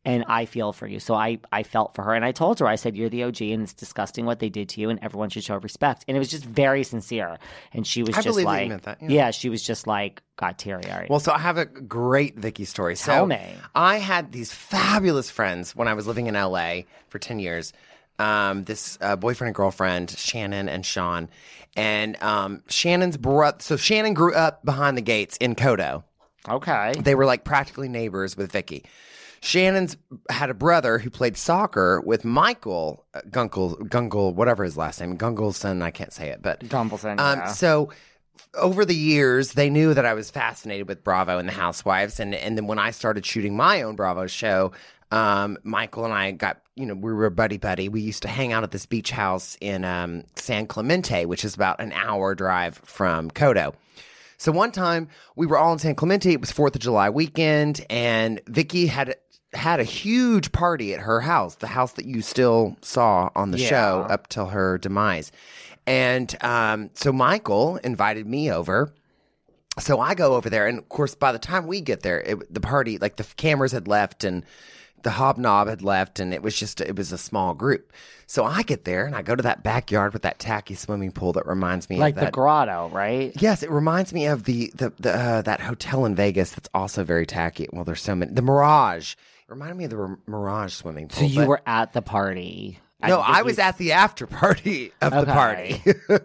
[SPEAKER 1] And I feel for you. So I, I felt for her. And I told her, I said, You're the OG and it's disgusting what they did to you and everyone should show respect. And it was just very sincere. And she was
[SPEAKER 2] I
[SPEAKER 1] just
[SPEAKER 2] believe that you
[SPEAKER 1] like,
[SPEAKER 2] meant that, yeah.
[SPEAKER 1] yeah. she was just like, got teary eyed.
[SPEAKER 2] Well, so I have a great Vicky story. So
[SPEAKER 1] Tell me.
[SPEAKER 2] I had these fabulous friends when I was living in LA for 10 years. Um, this uh, boyfriend and girlfriend, Shannon and Sean. And um, Shannon's brother, so Shannon grew up behind the gates in Kodo.
[SPEAKER 1] okay.
[SPEAKER 2] They were like practically neighbors with Vicky. Shannon's had a brother who played soccer with Michael uh, Gunkel, Gunkel, whatever his last name, Gungelson, I can't say it, but
[SPEAKER 1] Dumbleton.
[SPEAKER 2] um,
[SPEAKER 1] yeah.
[SPEAKER 2] So f- over the years, they knew that I was fascinated with Bravo and the Housewives, and and then when I started shooting my own Bravo show, um, Michael and I got you know we were buddy buddy. We used to hang out at this beach house in um, San Clemente, which is about an hour drive from Codo. So one time we were all in San Clemente. It was Fourth of July weekend, and Vicky had had a huge party at her house, the house that you still saw on the
[SPEAKER 1] Yeah.
[SPEAKER 2] show up till her demise. And um, so Michael invited me over. So I go over there, and of course, by the time we get there, it, the party, like the cameras had left, and the hobnob had left, and it was just it was a small group. So I get there, and I go to that backyard with that tacky swimming pool that reminds me
[SPEAKER 1] like the
[SPEAKER 2] of that
[SPEAKER 1] grotto, right?
[SPEAKER 2] Yes, it reminds me of the the, the uh, that hotel in Vegas that's also very tacky. Well, there's so many. The Mirage it reminded me of the Mir- Mirage swimming pool.
[SPEAKER 1] So you
[SPEAKER 2] but-
[SPEAKER 1] were at the party.
[SPEAKER 2] no,
[SPEAKER 1] think
[SPEAKER 2] I, was
[SPEAKER 1] you-
[SPEAKER 2] at the after party of the
[SPEAKER 1] Okay.
[SPEAKER 2] party.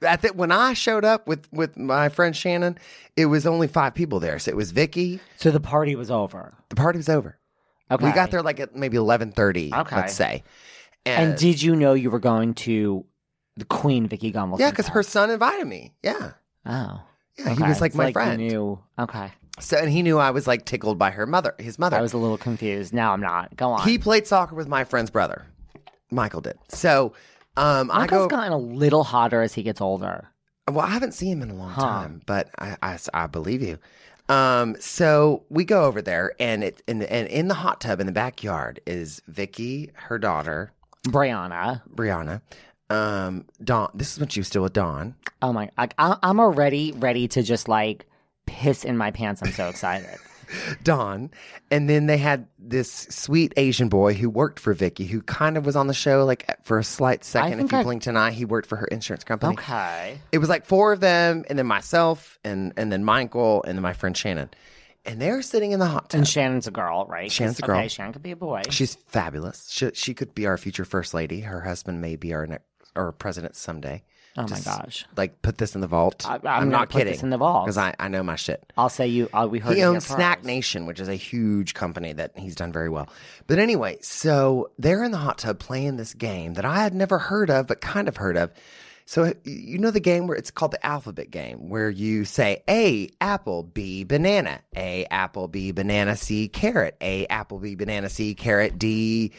[SPEAKER 2] I think when I showed up with with my friend Shannon, it was only five people there. So it was Vicky.
[SPEAKER 1] So the party was over.
[SPEAKER 2] The party was over.
[SPEAKER 1] Okay.
[SPEAKER 2] We got there like at maybe eleven thirty.
[SPEAKER 1] Okay.
[SPEAKER 2] let's say.
[SPEAKER 1] And did you know you were going to the Queen Vicky Gumbel?
[SPEAKER 2] yeah, because her son invited me. Yeah,
[SPEAKER 1] Oh.
[SPEAKER 2] yeah, he was like
[SPEAKER 1] It's
[SPEAKER 2] my
[SPEAKER 1] you
[SPEAKER 2] friend.
[SPEAKER 1] knew. Okay.
[SPEAKER 2] So and he knew I was like tickled by her mother, his mother.
[SPEAKER 1] I was a little confused. Now I'm not. Go on.
[SPEAKER 2] He played soccer with my friend's brother. Michael did. So um, I
[SPEAKER 1] Michael's
[SPEAKER 2] go.
[SPEAKER 1] gotten a little hotter as he gets older.
[SPEAKER 2] well, I haven't seen him in a long
[SPEAKER 1] Huh.
[SPEAKER 2] time, but I, I, I believe you. Um, so we go over there, and it and, and in the hot tub in the backyard is Vicky, her daughter
[SPEAKER 1] Brianna.
[SPEAKER 2] Brianna, um, Dawn. This is when she was still with Dawn.
[SPEAKER 1] Oh my! I, I- I'm already ready to just like piss in my pants. I'm so excited.
[SPEAKER 2] Don, and then they had this sweet Asian boy who worked for Vicky, who kind of was on the show like for a slight second. If
[SPEAKER 1] think
[SPEAKER 2] you
[SPEAKER 1] I-
[SPEAKER 2] blinked an eye, he worked for her insurance company.
[SPEAKER 1] okay.
[SPEAKER 2] it was like four of them and then myself and and then michael and then my friend shannon and they're sitting in the hot tub
[SPEAKER 1] And Shannon's a girl, right? 'Cause-
[SPEAKER 2] Shannon's a girl.
[SPEAKER 1] Okay, Shannon could be a boy.
[SPEAKER 2] she's fabulous she, she could be our future first lady her husband may be our next or president someday
[SPEAKER 1] Oh my
[SPEAKER 2] Just,
[SPEAKER 1] gosh.
[SPEAKER 2] Like put this in the vault.
[SPEAKER 1] I- I'm
[SPEAKER 2] I'm
[SPEAKER 1] gonna
[SPEAKER 2] not
[SPEAKER 1] put this
[SPEAKER 2] kidding.
[SPEAKER 1] in the vault.
[SPEAKER 2] because I, I know my shit.
[SPEAKER 1] I'll say you. Uh, we heard
[SPEAKER 2] he
[SPEAKER 1] it here
[SPEAKER 2] owns Snack
[SPEAKER 1] first.
[SPEAKER 2] Nation, which is a huge company that he's done very well. But anyway, so they're in the hot tub playing this game that I had never heard of, but kind of heard of. So you know the game where it's called the alphabet game, where you say A apple, B banana, A apple, B banana, C carrot, A apple, B banana, C carrot, D.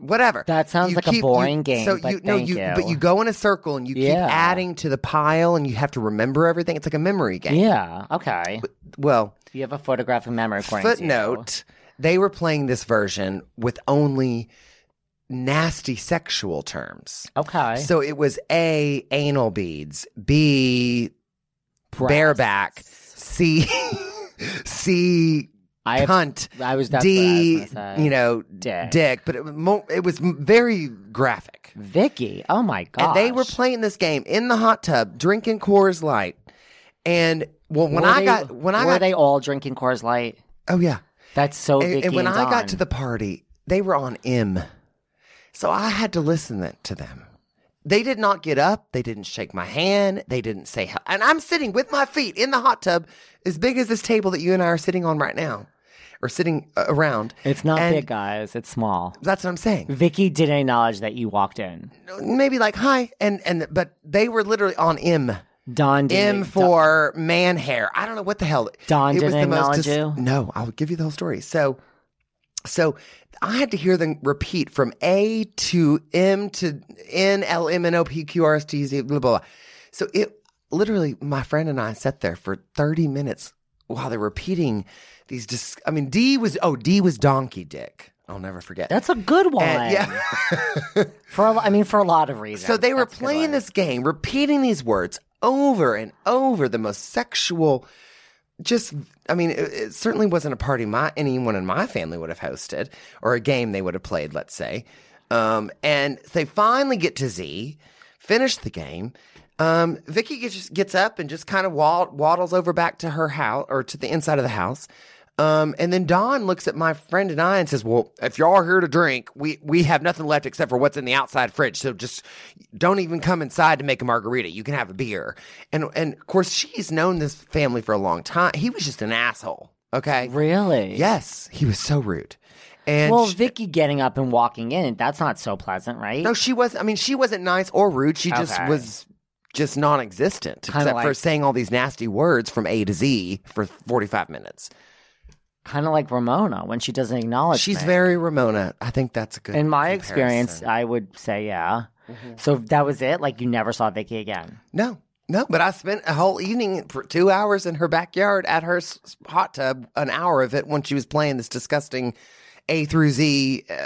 [SPEAKER 2] Whatever.
[SPEAKER 1] That sounds like a boring game,
[SPEAKER 2] So
[SPEAKER 1] but
[SPEAKER 2] you no,
[SPEAKER 1] thank
[SPEAKER 2] you,
[SPEAKER 1] you.
[SPEAKER 2] but you go in a circle and you keep
[SPEAKER 1] Yeah.
[SPEAKER 2] adding to the pile, and you have to remember everything. It's like a memory game.
[SPEAKER 1] Yeah. Okay.
[SPEAKER 2] Well,
[SPEAKER 1] You have a photographic memory. according to you.
[SPEAKER 2] Footnote: They were playing this version with only nasty sexual terms.
[SPEAKER 1] Okay.
[SPEAKER 2] So it was a anal beads, b
[SPEAKER 1] Breasts.
[SPEAKER 2] bareback, c c
[SPEAKER 1] I
[SPEAKER 2] cunt,
[SPEAKER 1] I was that's
[SPEAKER 2] d
[SPEAKER 1] what I was gonna say.
[SPEAKER 2] you know
[SPEAKER 1] Dick.
[SPEAKER 2] dick. But it, was mo- it was m- very graphic.
[SPEAKER 1] Vicky. Oh my god.
[SPEAKER 2] And they were playing this game in the hot tub, drinking Coors Light. And well, when
[SPEAKER 1] Were
[SPEAKER 2] I
[SPEAKER 1] they-
[SPEAKER 2] got when I
[SPEAKER 1] were
[SPEAKER 2] got
[SPEAKER 1] they all drinking Coors Light?
[SPEAKER 2] oh yeah,
[SPEAKER 1] That's so
[SPEAKER 2] and,
[SPEAKER 1] Vicky
[SPEAKER 2] and when I
[SPEAKER 1] Dawn.
[SPEAKER 2] got to the party, they were on M. So I had to listen th- to them. They did not get up. They didn't shake my hand. They didn't say hello. And I'm sitting with my feet in the hot tub as big as this table that you and I are sitting on right now or sitting uh, around.
[SPEAKER 1] It's not
[SPEAKER 2] And
[SPEAKER 1] big, guys. It's small.
[SPEAKER 2] That's what I'm saying.
[SPEAKER 1] Vicky didn't acknowledge that you walked in.
[SPEAKER 2] Maybe like hi and and but they were literally on M.
[SPEAKER 1] Don didn't.
[SPEAKER 2] M for man hair. I don't know what the hell.
[SPEAKER 1] Don didn't acknowledge
[SPEAKER 2] dis-
[SPEAKER 1] you?
[SPEAKER 2] No, I'll give you the whole story. So, so I had to hear them repeat from A to M to N L M N O P Q R S T Z blah blah. blah. So it literally, my friend and I sat there for thirty minutes while they're repeating these. Dis- I mean, D was oh D was donkey dick. I'll never forget.
[SPEAKER 1] That's a good one.
[SPEAKER 2] And- yeah.
[SPEAKER 1] For a lo- I mean, for a lot of reasons.
[SPEAKER 2] So they were
[SPEAKER 1] That's a good
[SPEAKER 2] playing
[SPEAKER 1] one.
[SPEAKER 2] this game, repeating these words over and over. The most sexual, just I mean, it, it certainly wasn't a party my anyone in my family would have hosted or a game they would have played. Let's say, um, and they finally get to Z, finish the game. Um, Vicky gets, just gets up and just kind of wa- waddles over back to her house or to the inside of the house. Um, and then Don looks at my friend and I and says, "Well, if y'all are here to drink, we we have nothing left except for what's in the outside fridge. So just don't even come inside to make a margarita. You can have a beer." And and of course, she's known this family for a long time. He was just an asshole. Okay.
[SPEAKER 1] Really?
[SPEAKER 2] Yes, he was so rude. And
[SPEAKER 1] Well,
[SPEAKER 2] she-
[SPEAKER 1] Vicky getting up and walking in—that's not so pleasant, right?
[SPEAKER 2] no, she was. I mean, she wasn't nice or rude. She just
[SPEAKER 1] Okay.
[SPEAKER 2] was just non-existent,
[SPEAKER 1] Kinda
[SPEAKER 2] except for
[SPEAKER 1] like-
[SPEAKER 2] saying all these nasty words from A to Z for forty-five minutes.
[SPEAKER 1] kind of like Ramona when she doesn't acknowledge.
[SPEAKER 2] She's
[SPEAKER 1] me.
[SPEAKER 2] very Ramona. I think that's a good.
[SPEAKER 1] In my
[SPEAKER 2] comparison. Mm-hmm.
[SPEAKER 1] experience, I would say yeah. So that was it. Like you never saw Vicky again.
[SPEAKER 2] No, no, but I spent a whole evening for two hours in her backyard at her s- s- hot tub, an hour of it when she was playing this disgusting A through Z uh,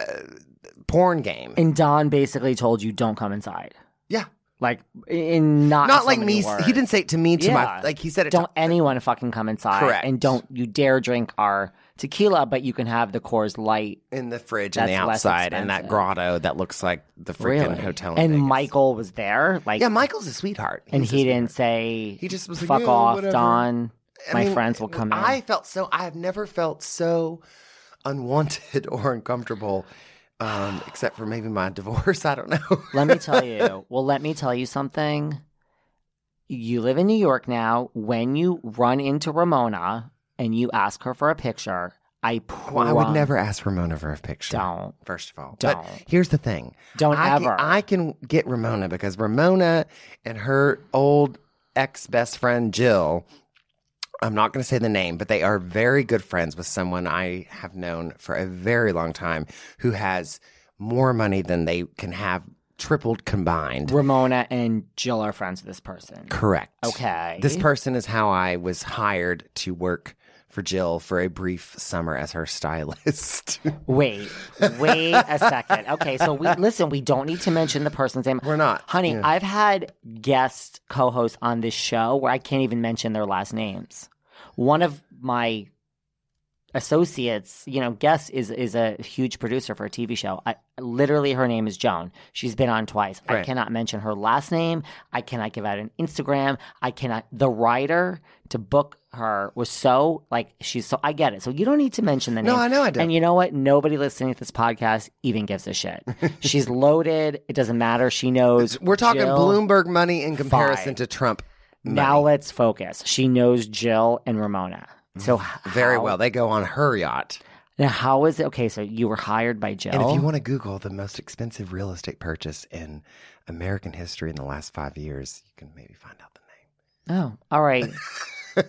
[SPEAKER 2] porn game.
[SPEAKER 1] And Don basically told you don't come inside.
[SPEAKER 2] yeah.
[SPEAKER 1] Like in not
[SPEAKER 2] Not
[SPEAKER 1] so
[SPEAKER 2] like
[SPEAKER 1] many
[SPEAKER 2] me.
[SPEAKER 1] Words.
[SPEAKER 2] He didn't say it to me, to my,
[SPEAKER 1] Yeah.
[SPEAKER 2] like he said it
[SPEAKER 1] Don't
[SPEAKER 2] to
[SPEAKER 1] anyone fucking come inside.
[SPEAKER 2] Correct.
[SPEAKER 1] And don't you dare drink our tequila, but you can have the Coors Light.
[SPEAKER 2] in the fridge and the
[SPEAKER 1] That's less
[SPEAKER 2] outside and that
[SPEAKER 1] expensive.
[SPEAKER 2] grotto that looks like the freaking
[SPEAKER 1] Really.
[SPEAKER 2] hotel. in
[SPEAKER 1] And
[SPEAKER 2] Vegas.
[SPEAKER 1] Michael was there. Like
[SPEAKER 2] Yeah, Michael's a sweetheart.
[SPEAKER 1] and
[SPEAKER 2] He's a
[SPEAKER 1] he
[SPEAKER 2] sweetheart.
[SPEAKER 1] didn't say
[SPEAKER 2] He just was like,
[SPEAKER 1] fuck
[SPEAKER 2] "Yeah,
[SPEAKER 1] off,
[SPEAKER 2] whatever."
[SPEAKER 1] Don.
[SPEAKER 2] I
[SPEAKER 1] My
[SPEAKER 2] mean,
[SPEAKER 1] friends will come
[SPEAKER 2] I
[SPEAKER 1] in.
[SPEAKER 2] felt so. I've never felt so unwanted or uncomfortable, um, except for maybe my divorce. I don't know.
[SPEAKER 1] let me tell you. Well, let me tell you something. You live in New York now. When you run into Ramona and you ask her for a picture, I promise.
[SPEAKER 2] Well, I would never ask Ramona for a picture.
[SPEAKER 1] Don't.
[SPEAKER 2] First of all,
[SPEAKER 1] Don't.
[SPEAKER 2] But here's the thing.
[SPEAKER 1] Don't
[SPEAKER 2] I
[SPEAKER 1] ever.
[SPEAKER 2] Can, I can get Ramona because Ramona and her old ex best friend Jill. I'm not going to say the name, but they are very good friends with someone I have known for a very long time who has more money than they can have tripled combined.
[SPEAKER 1] Ramona and Jill are friends with this person.
[SPEAKER 2] Correct.
[SPEAKER 1] Okay.
[SPEAKER 2] This person is how I was hired to work for Jill for a brief summer as her stylist.
[SPEAKER 1] Wait, wait a second. Okay, so we listen. We don't need to mention the person's name.
[SPEAKER 2] We're not.
[SPEAKER 1] honey.
[SPEAKER 2] Yeah.
[SPEAKER 1] I've had guest co-hosts on this show where I can't even mention their last names. One of my associates, you know, guest is is a huge producer for a TV show. I, literally, her name is Joan. She's been on twice. I
[SPEAKER 2] Right.
[SPEAKER 1] cannot mention her last name. I cannot give out an Instagram. I cannot. The writer to book her was so like she's so. I get it. So you don't need to mention the name.
[SPEAKER 2] No, I know I don't.
[SPEAKER 1] And you know what? Nobody listening to this podcast even gives a shit. she's loaded. It doesn't matter. She knows.
[SPEAKER 2] We're talking
[SPEAKER 1] Jill-
[SPEAKER 2] Bloomberg money in comparison
[SPEAKER 1] Fine.
[SPEAKER 2] to Trump.
[SPEAKER 1] Now let's focus. She knows Jill and Ramona. So
[SPEAKER 2] Mm-hmm. Very
[SPEAKER 1] how-
[SPEAKER 2] well. They go on her yacht.
[SPEAKER 1] Now, how is it? Okay, so you were hired by Jill.
[SPEAKER 2] And if you want to Google the most expensive real estate purchase in American history in the last five years, you can maybe find out the name.
[SPEAKER 1] oh, all right.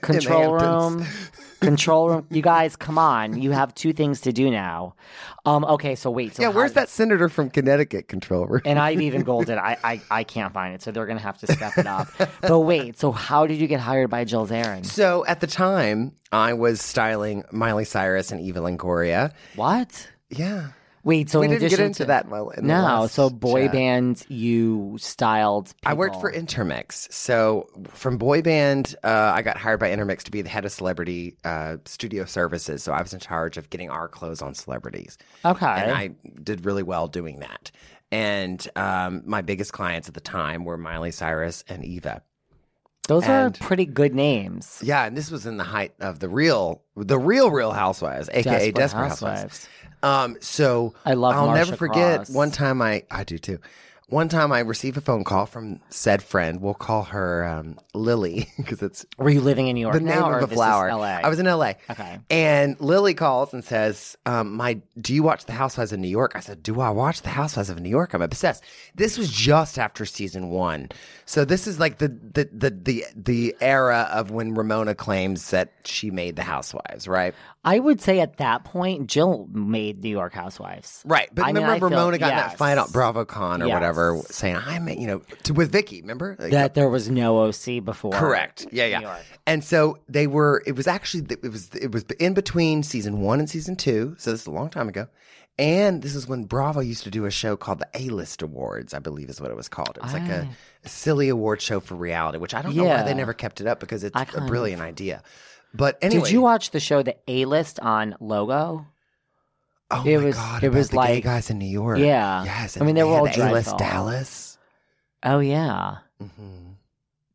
[SPEAKER 1] Control room.
[SPEAKER 2] Hamptons.
[SPEAKER 1] Control room. You guys, come on. You have two things to do now. Um. Okay, so wait. So
[SPEAKER 2] yeah,
[SPEAKER 1] how-
[SPEAKER 2] where's that senator from Connecticut control room?
[SPEAKER 1] And I've even golded. I, I I can't find it, so they're gonna have to step it up. but wait, so how did you get hired by Jill Zarin?
[SPEAKER 2] So at the time, I was styling Miley Cyrus and Evelyn Coria.
[SPEAKER 1] What?
[SPEAKER 2] Yeah.
[SPEAKER 1] Wait, so
[SPEAKER 2] we
[SPEAKER 1] in
[SPEAKER 2] didn't get
[SPEAKER 1] addition
[SPEAKER 2] into
[SPEAKER 1] to,
[SPEAKER 2] that. in my- In the
[SPEAKER 1] No,
[SPEAKER 2] last
[SPEAKER 1] so boy
[SPEAKER 2] chat.
[SPEAKER 1] bands you styled.
[SPEAKER 2] I worked for
[SPEAKER 1] people.
[SPEAKER 2] Intermix. So from boy band, uh, I got hired by Intermix to be the head of celebrity uh, studio services. So I was in charge of getting our clothes on celebrities.
[SPEAKER 1] Okay.
[SPEAKER 2] And I did really well doing that. And um, my biggest clients at the time were Miley Cyrus and Eva.
[SPEAKER 1] Those
[SPEAKER 2] and-
[SPEAKER 1] are pretty good names.
[SPEAKER 2] Yeah, and this was in the height of the real, the real Real Housewives, aka Desperate, Housewives. Um, so
[SPEAKER 1] I love
[SPEAKER 2] I'll
[SPEAKER 1] Marsha
[SPEAKER 2] never forget
[SPEAKER 1] Cross.
[SPEAKER 2] one time I I do too. One time I receive a phone call from said friend. We'll call her um, Lily because it's
[SPEAKER 1] Were you living in New York
[SPEAKER 2] the
[SPEAKER 1] now,
[SPEAKER 2] name
[SPEAKER 1] or
[SPEAKER 2] of a
[SPEAKER 1] this is
[SPEAKER 2] flower.
[SPEAKER 1] LA?
[SPEAKER 2] I was in LA.
[SPEAKER 1] Okay.
[SPEAKER 2] And Lily calls and says, um, "My, do you watch The Housewives of New York?" I said, "Do I watch The Housewives of New York? I'm obsessed." This was just after season one, so this is like the the the the, the era of when Ramona claims that she made The Housewives, right?
[SPEAKER 1] I would say at that point, Jill made New York Housewives.
[SPEAKER 2] Right, but
[SPEAKER 1] I mean,
[SPEAKER 2] remember
[SPEAKER 1] I feel-
[SPEAKER 2] Ramona got in
[SPEAKER 1] yes.
[SPEAKER 2] that fight on BravoCon or
[SPEAKER 1] Yes.
[SPEAKER 2] whatever, saying I'm, you know, to, with Vicky. Remember Like,
[SPEAKER 1] that there was no OC before.
[SPEAKER 2] Correct. Yeah, yeah.
[SPEAKER 1] New York.
[SPEAKER 2] And so they were. It was actually. It was. It was in between season one and season two. So this is a long time ago. And this is when Bravo used to do a show called the A List Awards, I believe is what it was called. It was like a, silly award show for reality, which I don't know why
[SPEAKER 1] Ah. Yeah.
[SPEAKER 2] they never kept it up because it's
[SPEAKER 1] I
[SPEAKER 2] a
[SPEAKER 1] kind of-
[SPEAKER 2] brilliant idea. But anyway,
[SPEAKER 1] Did you watch the show The A List on Logo?
[SPEAKER 2] Oh
[SPEAKER 1] it
[SPEAKER 2] my
[SPEAKER 1] was-
[SPEAKER 2] God,
[SPEAKER 1] it
[SPEAKER 2] about
[SPEAKER 1] was
[SPEAKER 2] the gay
[SPEAKER 1] like-
[SPEAKER 2] guys in New York.
[SPEAKER 1] Yeah.
[SPEAKER 2] Yes.
[SPEAKER 1] I mean, they were all
[SPEAKER 2] A List
[SPEAKER 1] dreadful.
[SPEAKER 2] Dallas.
[SPEAKER 1] Oh yeah.
[SPEAKER 2] Mm-hmm.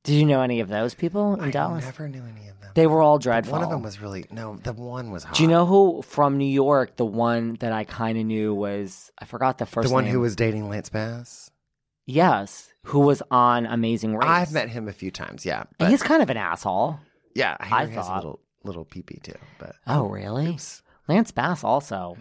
[SPEAKER 1] Did you know any of those people in
[SPEAKER 2] I
[SPEAKER 1] Dallas?
[SPEAKER 2] never knew any of them.
[SPEAKER 1] They were all
[SPEAKER 2] But
[SPEAKER 1] dreadful.
[SPEAKER 2] One of them was really no. The one was hot.
[SPEAKER 1] Do you know who from New York? The one that I kind of knew was I forgot the first
[SPEAKER 2] the one
[SPEAKER 1] name.
[SPEAKER 2] who was dating Lance Bass?
[SPEAKER 1] yes, who was on Amazing Race.
[SPEAKER 2] I've met him a few times. Yeah,
[SPEAKER 1] And
[SPEAKER 2] but
[SPEAKER 1] he's kind of an asshole.
[SPEAKER 2] yeah, I, hear
[SPEAKER 1] I
[SPEAKER 2] he has a
[SPEAKER 1] thought-
[SPEAKER 2] little little peepee too. But
[SPEAKER 1] Oh really?
[SPEAKER 2] Oops.
[SPEAKER 1] Lance Bass also.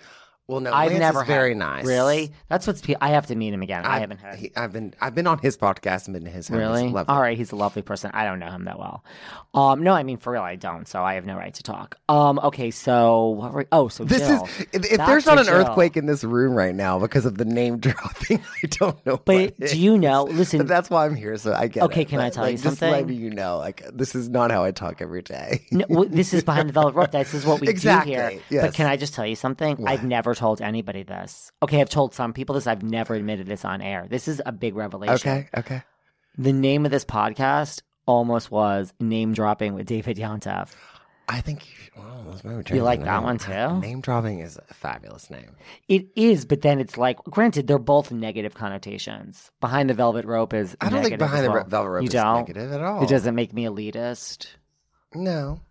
[SPEAKER 2] well, no,
[SPEAKER 1] I've
[SPEAKER 2] Lance
[SPEAKER 1] never
[SPEAKER 2] is
[SPEAKER 1] had-
[SPEAKER 2] very nice.
[SPEAKER 1] Really? That's what's. pe- I have to meet him again. I, haven't had.
[SPEAKER 2] He, I've been I've been on his podcast and been to his house.
[SPEAKER 1] really?
[SPEAKER 2] Love
[SPEAKER 1] All right. He's a lovely person. I don't know him that well. Um. No, I mean for real, I don't. So I have no right to talk. Um. Okay. So what were, oh, so
[SPEAKER 2] This
[SPEAKER 1] Jill.
[SPEAKER 2] is if, if
[SPEAKER 1] Back
[SPEAKER 2] there's
[SPEAKER 1] to
[SPEAKER 2] not an
[SPEAKER 1] Jill.
[SPEAKER 2] earthquake in this room right now because of the name dropping, I don't know. what
[SPEAKER 1] But
[SPEAKER 2] it
[SPEAKER 1] do you know?
[SPEAKER 2] is.
[SPEAKER 1] Listen.
[SPEAKER 2] But that's why I'm here, so I get
[SPEAKER 1] Okay,
[SPEAKER 2] it.
[SPEAKER 1] can I
[SPEAKER 2] But,
[SPEAKER 1] tell
[SPEAKER 2] like,
[SPEAKER 1] you
[SPEAKER 2] just
[SPEAKER 1] something?
[SPEAKER 2] letting you know, like this is not how I talk every day.
[SPEAKER 1] No, w- this is behind the velvet rope. This is what we
[SPEAKER 2] Exactly,
[SPEAKER 1] do here.
[SPEAKER 2] yes.
[SPEAKER 1] But can I just tell you something? I've never told anybody this. Okay, I've told some people this. I've never admitted this on air. This is a big revelation.
[SPEAKER 2] okay, okay.
[SPEAKER 1] The name of this podcast almost was name dropping with David Yontef.
[SPEAKER 2] I think you, should- wow, let's maybe change
[SPEAKER 1] like
[SPEAKER 2] the
[SPEAKER 1] that
[SPEAKER 2] name.
[SPEAKER 1] one too?
[SPEAKER 2] Name dropping is a fabulous name.
[SPEAKER 1] It is, but then it's like, granted, they're both negative connotations. Behind the velvet rope is.
[SPEAKER 2] I don't think
[SPEAKER 1] negative as
[SPEAKER 2] behind the
[SPEAKER 1] well.
[SPEAKER 2] Re- velvet rope
[SPEAKER 1] You
[SPEAKER 2] is
[SPEAKER 1] don't?
[SPEAKER 2] negative at all.
[SPEAKER 1] It doesn't make me elitist.
[SPEAKER 2] No.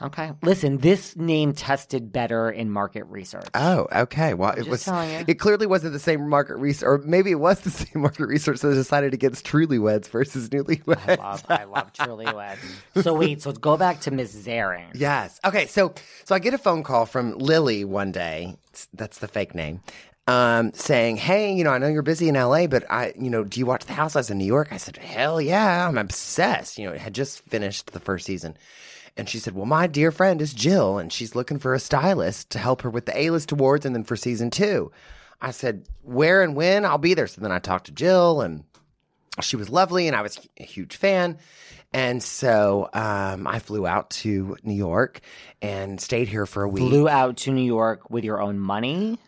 [SPEAKER 1] Okay, listen, this name tested better in market research.
[SPEAKER 2] Oh, okay. Well, it
[SPEAKER 1] just
[SPEAKER 2] was.
[SPEAKER 1] telling you.
[SPEAKER 2] It clearly wasn't the same market research, or maybe it was the same market research that decided against truly weds versus newlyweds.
[SPEAKER 1] I love, I love truly wet. So wait, so go back to Miss Zarin.
[SPEAKER 2] Yes. Okay. So, so I get a phone call from Lily one day. s- That's the fake name. Um, saying, "Hey, you know, I know you're busy in LA, but I, you know, do you watch The Housewives in New York?" I said, "Hell yeah, I'm obsessed." You know, it had just finished the first season, and she said, "Well, my dear friend is Jill, and she's looking for a stylist to help her with the A-list awards, and then for season two. I said, "Where and when? I'll be there." So then I talked to Jill and she was lovely and I was a huge fan. And so um, I flew out to New York and stayed here for a week.
[SPEAKER 1] Flew out to New York with your own money.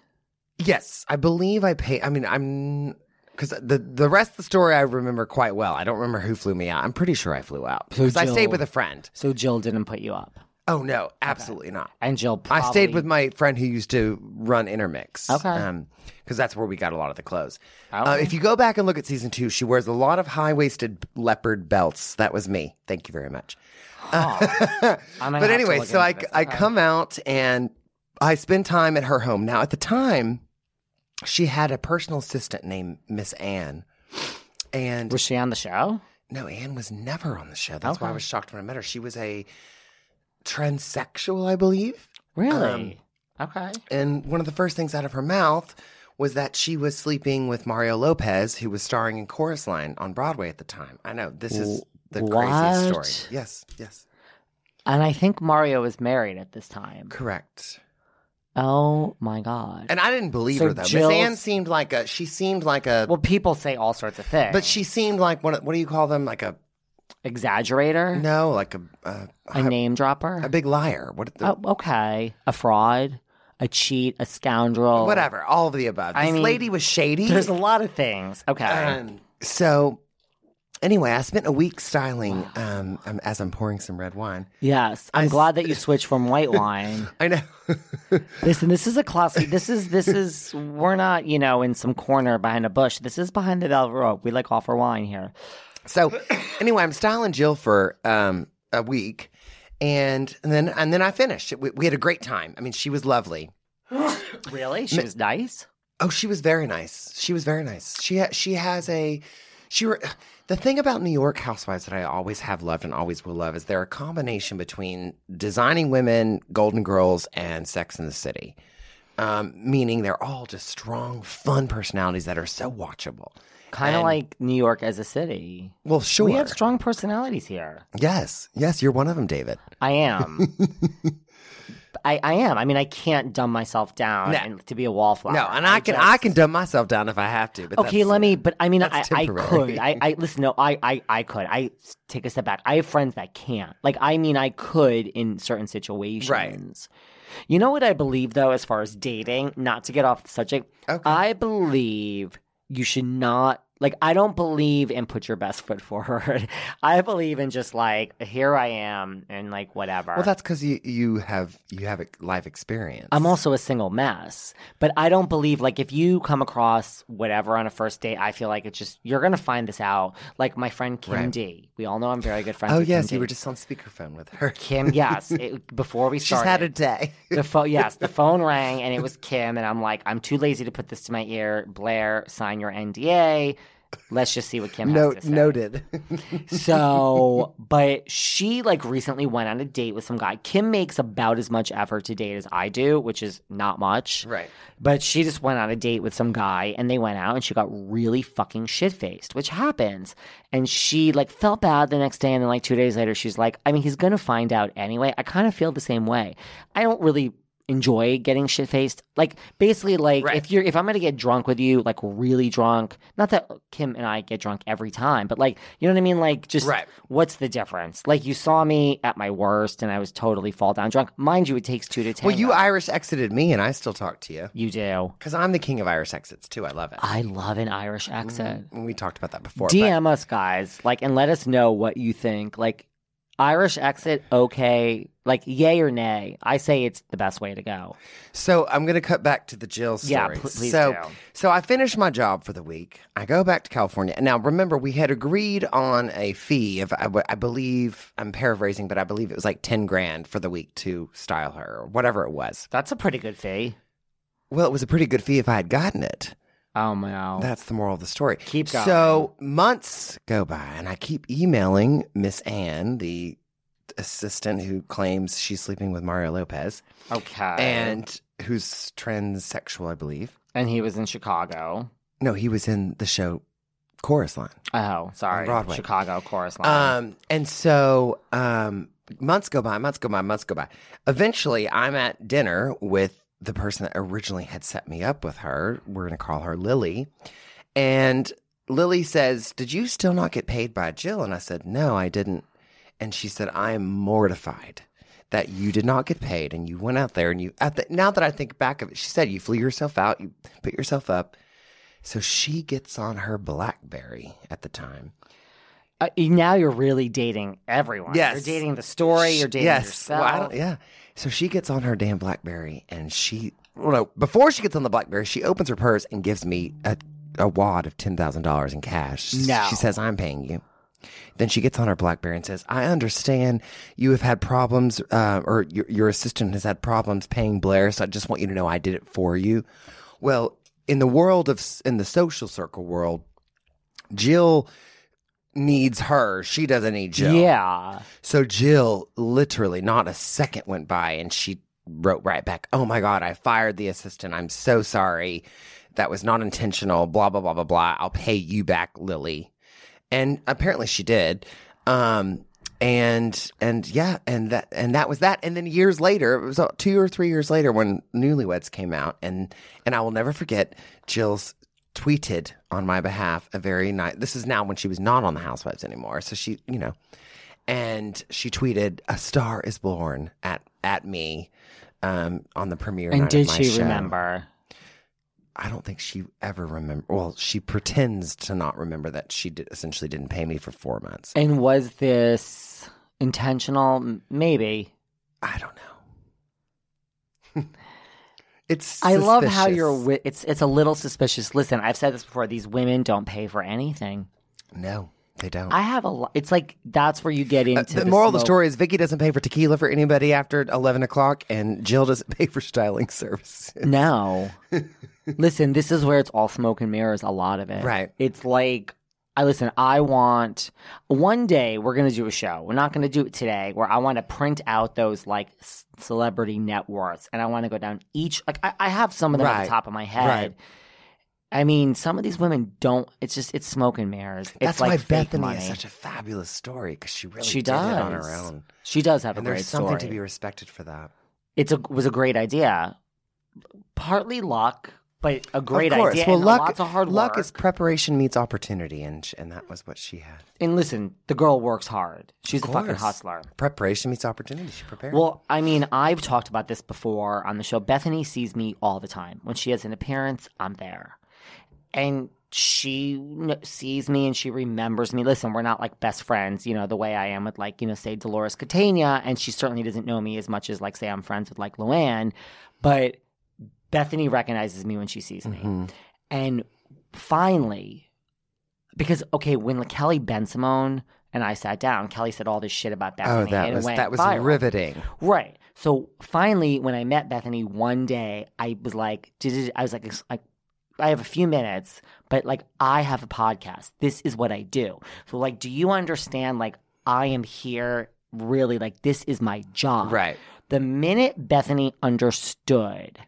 [SPEAKER 2] Yes, I believe I pay. I mean, I'm because the the rest of the story I remember quite well. I don't remember who flew me out. I'm pretty sure I flew out
[SPEAKER 1] So
[SPEAKER 2] because I stayed
[SPEAKER 1] Jill-
[SPEAKER 2] with a friend.
[SPEAKER 1] So Jill didn't put you up.
[SPEAKER 2] Oh no, absolutely not.
[SPEAKER 1] And Jill probably
[SPEAKER 2] I stayed with my friend who used to run Intermix.
[SPEAKER 1] Okay. Oh.
[SPEAKER 2] because that's where we got a lot of the clothes. Uh, if you go back and look at season two, she wears a lot of high waisted leopard belts. That was me. Thank you very much.
[SPEAKER 1] I'm gonna
[SPEAKER 2] But
[SPEAKER 1] have to
[SPEAKER 2] anyway,
[SPEAKER 1] look
[SPEAKER 2] so I,
[SPEAKER 1] into this.
[SPEAKER 2] I
[SPEAKER 1] Okay.
[SPEAKER 2] come out and I spend time at her home. Now, at the time, she had a personal assistant named Miss Anne. And
[SPEAKER 1] was she on the show?
[SPEAKER 2] no, Anne was never on the show. That's why I
[SPEAKER 1] Okay.
[SPEAKER 2] was shocked when I met her. She was a transsexual, I believe. Um,
[SPEAKER 1] Really? okay.
[SPEAKER 2] And one of the first things out of her mouth was that she was sleeping with Mario Lopez, who was starring in Chorus Line on Broadway at the time. I know this is the craziest
[SPEAKER 1] What?
[SPEAKER 2] story. Yes, yes,
[SPEAKER 1] And I think Mario was married at this time.
[SPEAKER 2] correct.
[SPEAKER 1] Oh my god.
[SPEAKER 2] And I didn't believe
[SPEAKER 1] So
[SPEAKER 2] her though. Miss
[SPEAKER 1] Jill's-
[SPEAKER 2] Anne seemed like a she seemed like a
[SPEAKER 1] well, people say all sorts of things.
[SPEAKER 2] Uh, but she seemed like one. of- What do you call them? Like a
[SPEAKER 1] exaggerator,
[SPEAKER 2] no, like a a,
[SPEAKER 1] a name dropper.
[SPEAKER 2] a big liar. What the,
[SPEAKER 1] Oh, okay. A fraud, a cheat, a scoundrel.
[SPEAKER 2] whatever. All of the above. This
[SPEAKER 1] Oh, I mean,
[SPEAKER 2] lady was shady.
[SPEAKER 1] There's a lot of things. Okay.
[SPEAKER 2] Um, so anyway, I spent a week styling um, um, as I'm pouring some red wine.
[SPEAKER 1] yes. I'm
[SPEAKER 2] I s-
[SPEAKER 1] glad that you switched from white wine.
[SPEAKER 2] I know.
[SPEAKER 1] Listen, this is a classy. This is this is. We're not, you know, in some corner behind a bush. This is behind the velvet rope. We like offer wine here.
[SPEAKER 2] so anyway, I'm styling Jill for um, a week, and, and then and then I finished. We, we had a great time. I mean, she was lovely.
[SPEAKER 1] Really? She was nice.
[SPEAKER 2] Oh, she was very nice. She was very nice. She ha- she has a she. Re- the thing about New York housewives that I always have loved and always will love is they're a combination between designing women, Golden Girls, and Sex in the City. Um, meaning they're all just strong, fun personalities that are so watchable.
[SPEAKER 1] Kind of
[SPEAKER 2] And-
[SPEAKER 1] like New York as a city.
[SPEAKER 2] Well, sure.
[SPEAKER 1] We have strong personalities here.
[SPEAKER 2] yes, yes, you're one of them, David.
[SPEAKER 1] I am. I, I am. I mean, I can't dumb myself down
[SPEAKER 2] No.
[SPEAKER 1] and, to be a wallflower.
[SPEAKER 2] No, and I, can I can dumb myself down if I have to. But
[SPEAKER 1] Okay,
[SPEAKER 2] that's-
[SPEAKER 1] let me. But I mean, I,
[SPEAKER 2] that's
[SPEAKER 1] I
[SPEAKER 2] temporary.
[SPEAKER 1] could. I, I listen. No, I, I, I could. I s- take a step back. I have friends that can't. Like, I mean, I could in certain situations. You know what I believe though, as far as dating. Not to get off the subject.
[SPEAKER 2] Okay.
[SPEAKER 1] I believe you should not. Like, I don't believe in put your best foot forward. I believe in just like here I am and like whatever.
[SPEAKER 2] Well, that's because you you have you have life experience.
[SPEAKER 1] I'm also a single mess, but I don't believe like if you come across whatever on a first date, I feel like it's just you're gonna find this out. Like my friend Kim
[SPEAKER 2] Right.
[SPEAKER 1] D, we all know I'm very good friends.
[SPEAKER 2] Oh
[SPEAKER 1] with
[SPEAKER 2] yes,
[SPEAKER 1] Kim
[SPEAKER 2] you were
[SPEAKER 1] D.
[SPEAKER 2] just on speakerphone with her.
[SPEAKER 1] Kim. Yes, it, before we
[SPEAKER 2] She's
[SPEAKER 1] started,
[SPEAKER 2] had a day.
[SPEAKER 1] the phone. Yes, the phone rang and it was Kim, and I'm like, I'm too lazy to put this to my ear. Blair, sign your NDA. Let's just see what Kim
[SPEAKER 2] No,
[SPEAKER 1] has to say.
[SPEAKER 2] noted.
[SPEAKER 1] So, but she like recently went on a date with some guy. Kim makes about as much effort to date as I do, which is not much.
[SPEAKER 2] Right.
[SPEAKER 1] But she just went on a date with some guy and they went out and she got really fucking shit faced, which happens. And she like felt bad the next day. And then like two days later, she's like, I mean, he's going to find out anyway. I kind of feel the same way. I don't really enjoy getting shit faced. Like basically like
[SPEAKER 2] Right.
[SPEAKER 1] if you're if I'm gonna get drunk with you, like really drunk, not that Kim and I get drunk every time, but like you know what I mean? Like just
[SPEAKER 2] Right.
[SPEAKER 1] what's the difference? Like you saw me at my worst and I was totally fall down drunk. Mind you, it takes two to ten.
[SPEAKER 2] well, you Irish exited me, and I still talk to you
[SPEAKER 1] you do.
[SPEAKER 2] because I'm the king of Irish exits too. I love it.
[SPEAKER 1] I love an Irish accent.
[SPEAKER 2] And we talked about that before. but-
[SPEAKER 1] DM us, guys, like, and let us know what you think. Like, Irish exit, okay, like, yay or nay. I say it's the best way to go.
[SPEAKER 2] so I'm going to cut back to the Jill story.
[SPEAKER 1] Yeah, pl- please
[SPEAKER 2] so,
[SPEAKER 1] do.
[SPEAKER 2] so I finished my job for the week. I go back to California. Now, remember, we had agreed on a fee of, I, w- I believe, I'm paraphrasing, but I believe it was like 10 grand for the week to style her or whatever it was.
[SPEAKER 1] That's a pretty good fee.
[SPEAKER 2] Well, it was a pretty good fee if I had gotten it.
[SPEAKER 1] Oh no,
[SPEAKER 2] That's the moral of the story.
[SPEAKER 1] Keep going.
[SPEAKER 2] So months go by, and I keep emailing Miss Anne, the assistant who claims she's sleeping with Mario Lopez
[SPEAKER 1] okay.
[SPEAKER 2] and who's transsexual, I believe.
[SPEAKER 1] and he was in Chicago.
[SPEAKER 2] No, he was in the show Chorus Line.
[SPEAKER 1] Oh, sorry,
[SPEAKER 2] Broadway.
[SPEAKER 1] Chicago chorus line.
[SPEAKER 2] Um, and so um, months go by, months go by, months go by. Eventually, I'm at dinner with the person that originally had set me up with her. We're going to call her Lily. And Lily says, Did you still not get paid by Jill? And I said, No, I didn't. And she said, I am mortified that you did not get paid and you went out there and you, at the, now that I think back of it, she said, You flew yourself out, you put yourself up. So she gets on her Blackberry at the time
[SPEAKER 1] Uh, now you're really dating everyone.
[SPEAKER 2] Yes.
[SPEAKER 1] You're dating the story, you're dating
[SPEAKER 2] yes.
[SPEAKER 1] yourself.
[SPEAKER 2] Well, I don't, yeah. So she gets on her damn BlackBerry, and she well, no. Before she gets on the BlackBerry, she opens her purse and gives me a, a wad of ten thousand dollars in cash.
[SPEAKER 1] No.
[SPEAKER 2] She says, "I'm paying you." Then she gets on her BlackBerry and says, "I understand you have had problems, uh, or your, your assistant has had problems paying Blair. So I just want you to know I did it for you." Well, in the world of s- in the social circle world, Jill needs her. She doesn't need Jill.
[SPEAKER 1] Yeah.
[SPEAKER 2] So Jill literally not a second went by and she wrote right back, "Oh my god, I fired the assistant. I'm so sorry. That was not intentional. Blah blah blah blah blah. I'll pay you back, Lily." And apparently she did. Um and and yeah, and that and that was that. And then years later, it was uh, 2 or 3 years later when Newlyweds came out and and I will never forget Jill's tweeted on my behalf a very nice this is now when she was not on the housewives anymore so she you know and she tweeted a star is born at at me um on the premiere night
[SPEAKER 1] And
[SPEAKER 2] of
[SPEAKER 1] did
[SPEAKER 2] my
[SPEAKER 1] she
[SPEAKER 2] show.
[SPEAKER 1] remember?
[SPEAKER 2] i don't think she ever remember well she pretends to not remember that she did, essentially didn't pay me for four months
[SPEAKER 1] And was this intentional? M- Maybe.
[SPEAKER 2] i don't know it's
[SPEAKER 1] I love how
[SPEAKER 2] suspicious.
[SPEAKER 1] you're. Wi- it's it's a little suspicious. Listen, I've said this before. These women don't pay for anything.
[SPEAKER 2] no they don't
[SPEAKER 1] I have a. Lo- it's like that's where you get into
[SPEAKER 2] Uh, the,
[SPEAKER 1] the
[SPEAKER 2] moral of the
[SPEAKER 1] smoke.
[SPEAKER 2] story is Vicky doesn't pay for tequila for anybody after 11 o'clock, and Jill doesn't pay for styling services.
[SPEAKER 1] No. listen, this is where it's all smoke and mirrors, a lot of it.
[SPEAKER 2] Right.
[SPEAKER 1] It's like, I listen, I want, one day we're going to do a show. We're not going to do it today where I want to print out those like c- celebrity net worths and I want to go down each, like, I, I have some of them at
[SPEAKER 2] Right.
[SPEAKER 1] the top of my head.
[SPEAKER 2] Right.
[SPEAKER 1] I mean, some of these women don't, it's just, it's smoke and mirrors. It's
[SPEAKER 2] That's
[SPEAKER 1] like
[SPEAKER 2] why
[SPEAKER 1] fake
[SPEAKER 2] Bethany
[SPEAKER 1] money.
[SPEAKER 2] is such a fabulous story because she really
[SPEAKER 1] she
[SPEAKER 2] did
[SPEAKER 1] does.
[SPEAKER 2] it on her own.
[SPEAKER 1] She does have
[SPEAKER 2] And
[SPEAKER 1] a great
[SPEAKER 2] there's something to
[SPEAKER 1] story.
[SPEAKER 2] be respected for that.
[SPEAKER 1] it's a was a great idea. Partly luck, but a great
[SPEAKER 2] of course.
[SPEAKER 1] idea.
[SPEAKER 2] Well,
[SPEAKER 1] and
[SPEAKER 2] luck,
[SPEAKER 1] lots of hard
[SPEAKER 2] luck
[SPEAKER 1] work.
[SPEAKER 2] is preparation meets opportunity, and sh- and that was what she had.
[SPEAKER 1] and listen, the girl works hard. She's a
[SPEAKER 2] Of
[SPEAKER 1] fucking
[SPEAKER 2] course.
[SPEAKER 1] hustler.
[SPEAKER 2] Preparation meets opportunity. She prepared.
[SPEAKER 1] Well, I mean, I've talked about this before on the show. Bethany sees me all the time. When she has an appearance, I'm there. And she kn- sees me and she remembers me. Listen, we're not like best friends, you know, the way I am with like, you know, say Dolores Catania. And she certainly doesn't know me as much as like, say, I'm friends with like Luann. But Bethany recognizes me when she sees
[SPEAKER 2] Mm-hmm.
[SPEAKER 1] me. And finally, because okay, when Kelly Ben Simone and I sat down, Kelly said all this shit about Bethany.
[SPEAKER 2] oh, that
[SPEAKER 1] and it
[SPEAKER 2] was
[SPEAKER 1] went
[SPEAKER 2] that was
[SPEAKER 1] viral.
[SPEAKER 2] riveting.
[SPEAKER 1] Right. So finally, when I met Bethany one day, I was like, "Did I was like, ex- like, I have a few minutes, but like, I have a podcast. This is what I do. So like, do you understand? Like, I am here. Really, like, this is my job.
[SPEAKER 2] Right.
[SPEAKER 1] The minute Bethany understood,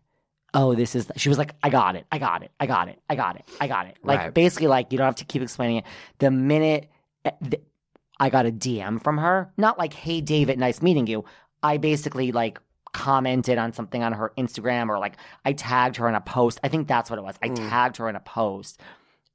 [SPEAKER 1] oh, this is, she was like, I got it. I got it. I got it. I got it. I got it. Like,
[SPEAKER 2] Right.
[SPEAKER 1] basically, like, you don't have to keep explaining it. The minute eh, th- I got a DM from her, not like, hey, David, nice meeting you. I basically, like, commented on something on her Instagram or, like, I tagged her in a post. I think that's what it was. I tagged her in a post.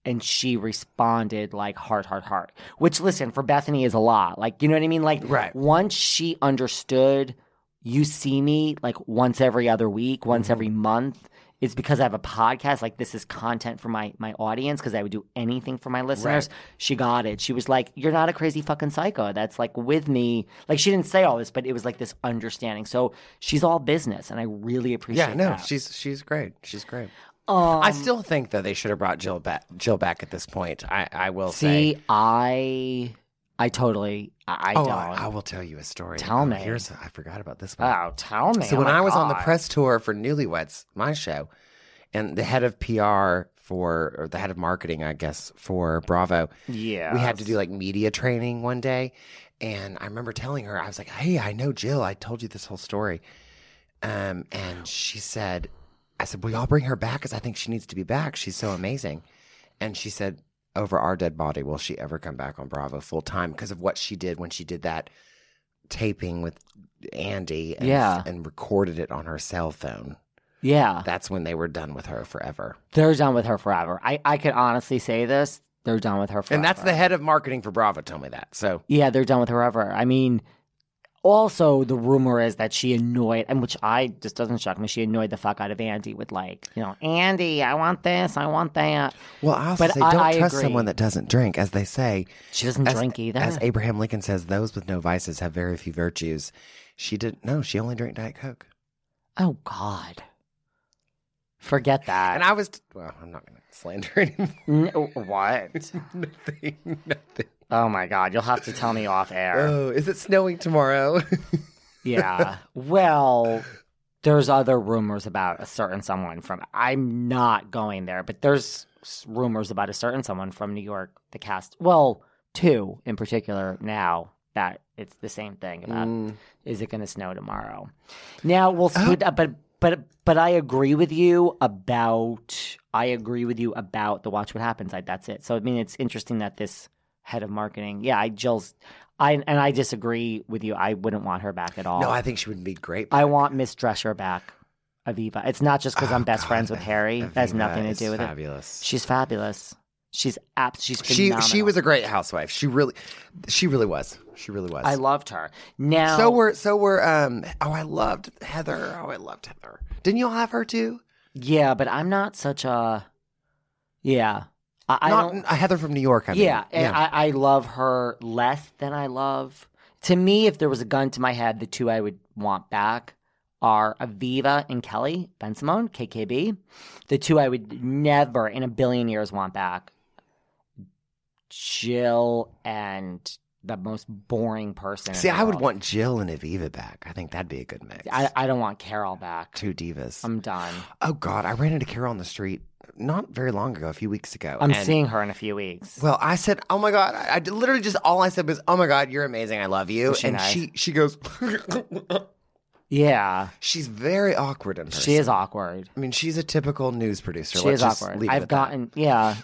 [SPEAKER 1] And she responded like heart, heart, heart. Which listen for Bethany is a lot. Like you know what I mean. Like
[SPEAKER 2] Right.
[SPEAKER 1] once she understood you see me like once every other week, once
[SPEAKER 2] Mm-hmm.
[SPEAKER 1] every month. It's because I have a podcast. Like this is content for my my audience because I would do anything for my listeners. She got it. She was like, "You're not a crazy fucking psycho." That's like with me. Like she didn't say all this, but it was like this understanding. So she's all business, and I really appreciate.
[SPEAKER 2] Yeah, no,
[SPEAKER 1] that.
[SPEAKER 2] she's she's great. She's great.
[SPEAKER 1] Um,
[SPEAKER 2] I still think that they should have brought Jill back. Jill back at this point. I I will say.
[SPEAKER 1] see. I I totally I, I
[SPEAKER 2] oh,
[SPEAKER 1] don't.
[SPEAKER 2] I, I will tell you a story.
[SPEAKER 1] Tell
[SPEAKER 2] Oh,
[SPEAKER 1] me.
[SPEAKER 2] Here's I forgot about this one.
[SPEAKER 1] Wow, tell me.
[SPEAKER 2] So
[SPEAKER 1] Oh
[SPEAKER 2] when
[SPEAKER 1] my
[SPEAKER 2] I was on the
[SPEAKER 1] God.
[SPEAKER 2] press tour for Newlyweds, my show, and the head of PR for or the head of marketing, I guess, for Bravo,
[SPEAKER 1] yeah,
[SPEAKER 2] we had to do like media training one day, and I remember telling her I was like, "Hey, I know Jill. I told you this whole story," um, and she said, "I said, well, y'all bring her back because I think she needs to be back. She's so amazing," and she said. Over our dead body, will she ever come back on Bravo full time because of what she did when she did that taping with Andy and,
[SPEAKER 1] Yeah. Uh.
[SPEAKER 2] and recorded it on her cell phone.
[SPEAKER 1] yeah.
[SPEAKER 2] That's when they were done with her forever.
[SPEAKER 1] They're done with her forever. I, I could honestly say this. They're done with her forever.
[SPEAKER 2] And that's the head of marketing for Bravo told me that. So
[SPEAKER 1] Yeah, they're done with her forever. I mean, Also, the rumor is that she annoyed, and which I just doesn't shock me. She annoyed the fuck out of Andy with like, you know, Andy, I want this, I want that.
[SPEAKER 2] Well, I also
[SPEAKER 1] But
[SPEAKER 2] say
[SPEAKER 1] I-
[SPEAKER 2] don't
[SPEAKER 1] I
[SPEAKER 2] trust
[SPEAKER 1] agree.
[SPEAKER 2] someone that doesn't drink, as they say.
[SPEAKER 1] She doesn't
[SPEAKER 2] As-
[SPEAKER 1] drink either.
[SPEAKER 2] As Abraham Lincoln says, those with no vices have very few virtues. She didn't. No, she only drank Diet Coke.
[SPEAKER 1] oh God, forget that.
[SPEAKER 2] And I was. Well, I'm not going to slander anyone.
[SPEAKER 1] N- what?
[SPEAKER 2] Nothing. Nothing.
[SPEAKER 1] Oh my God, you'll have to tell me off air.
[SPEAKER 2] Oh, is it snowing tomorrow?
[SPEAKER 1] Yeah. Well, there's other rumors about a certain someone from. I'm not going there, but there's s- rumors about a certain someone from New York. The cast, well, two in particular now that it's the same thing about
[SPEAKER 2] Mm.
[SPEAKER 1] is it going to snow tomorrow? Now we'll
[SPEAKER 2] Oh.
[SPEAKER 1] see, but but but but I agree with you about I agree with you about the watch what happens. I, that's it. So I mean, it's interesting that this head of marketing, yeah, I Jill's, I and I disagree with you. I wouldn't want her back at all.
[SPEAKER 2] no, I think she would be great.
[SPEAKER 1] I want Miss Drescher back, Aviva. It's not just because I'm best friends with Harry. That has
[SPEAKER 2] Aviva
[SPEAKER 1] nothing to
[SPEAKER 2] oh, is
[SPEAKER 1] do with
[SPEAKER 2] fabulous.
[SPEAKER 1] it. She's fabulous. She's apt. She's
[SPEAKER 2] she
[SPEAKER 1] phenomenal.
[SPEAKER 2] she was a great housewife. She really, she really was. She really was.
[SPEAKER 1] I loved her. Now
[SPEAKER 2] So were so were um oh I loved Heather. Oh I loved Heather. Didn't you all have her too?
[SPEAKER 1] Yeah, but I'm not such a. Yeah, I, I
[SPEAKER 2] Not
[SPEAKER 1] don't.
[SPEAKER 2] uh, Heather from New York, I mean.
[SPEAKER 1] yeah, and I, I love her less than I love. To me, if there was a gun to my head, the two I would want back are Aviva and Kelly Ben Simone, KKB. The two I would never in a billion years want back. Jill and the most boring person. in
[SPEAKER 2] See,
[SPEAKER 1] the
[SPEAKER 2] I would
[SPEAKER 1] world.
[SPEAKER 2] want Jill and Aviva back. I think that'd be a good mix.
[SPEAKER 1] I, I don't want Carol back.
[SPEAKER 2] Two divas.
[SPEAKER 1] I'm done.
[SPEAKER 2] oh God, I ran into Carol on the street not very long ago, a few weeks ago.
[SPEAKER 1] I'm
[SPEAKER 2] and-
[SPEAKER 1] seeing her in a few weeks.
[SPEAKER 2] Well, I said, "Oh my god!" I, I did- literally just all I said was, "Oh my god, you're amazing. I love you."
[SPEAKER 1] Was she
[SPEAKER 2] and
[SPEAKER 1] nice?
[SPEAKER 2] she she goes,
[SPEAKER 1] yeah,
[SPEAKER 2] she's very awkward in person.
[SPEAKER 1] she is awkward.
[SPEAKER 2] I mean, she's a typical news producer.
[SPEAKER 1] She is
[SPEAKER 2] Let's just
[SPEAKER 1] awkward.
[SPEAKER 2] leave it
[SPEAKER 1] I've
[SPEAKER 2] at that.
[SPEAKER 1] gotten yeah.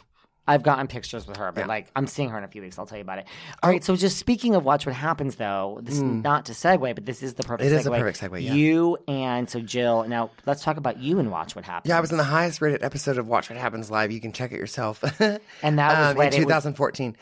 [SPEAKER 1] I've gotten pictures with her, but
[SPEAKER 2] Yeah. Oh.
[SPEAKER 1] like I'm seeing her in a few weeks. I'll tell you about it. All right. So just speaking of Watch What Happens, though, this is not to segue, but this is the perfect.
[SPEAKER 2] Hmm. It
[SPEAKER 1] segue.
[SPEAKER 2] is a perfect segue, yeah.
[SPEAKER 1] You and so Jill. Now let's talk about you and Watch What Happens.
[SPEAKER 2] Yeah, I was in the highest rated episode of Watch What Happens Live. You can check it yourself.
[SPEAKER 1] And that was
[SPEAKER 2] um,
[SPEAKER 1] when
[SPEAKER 2] in
[SPEAKER 1] it was-
[SPEAKER 2] 2014.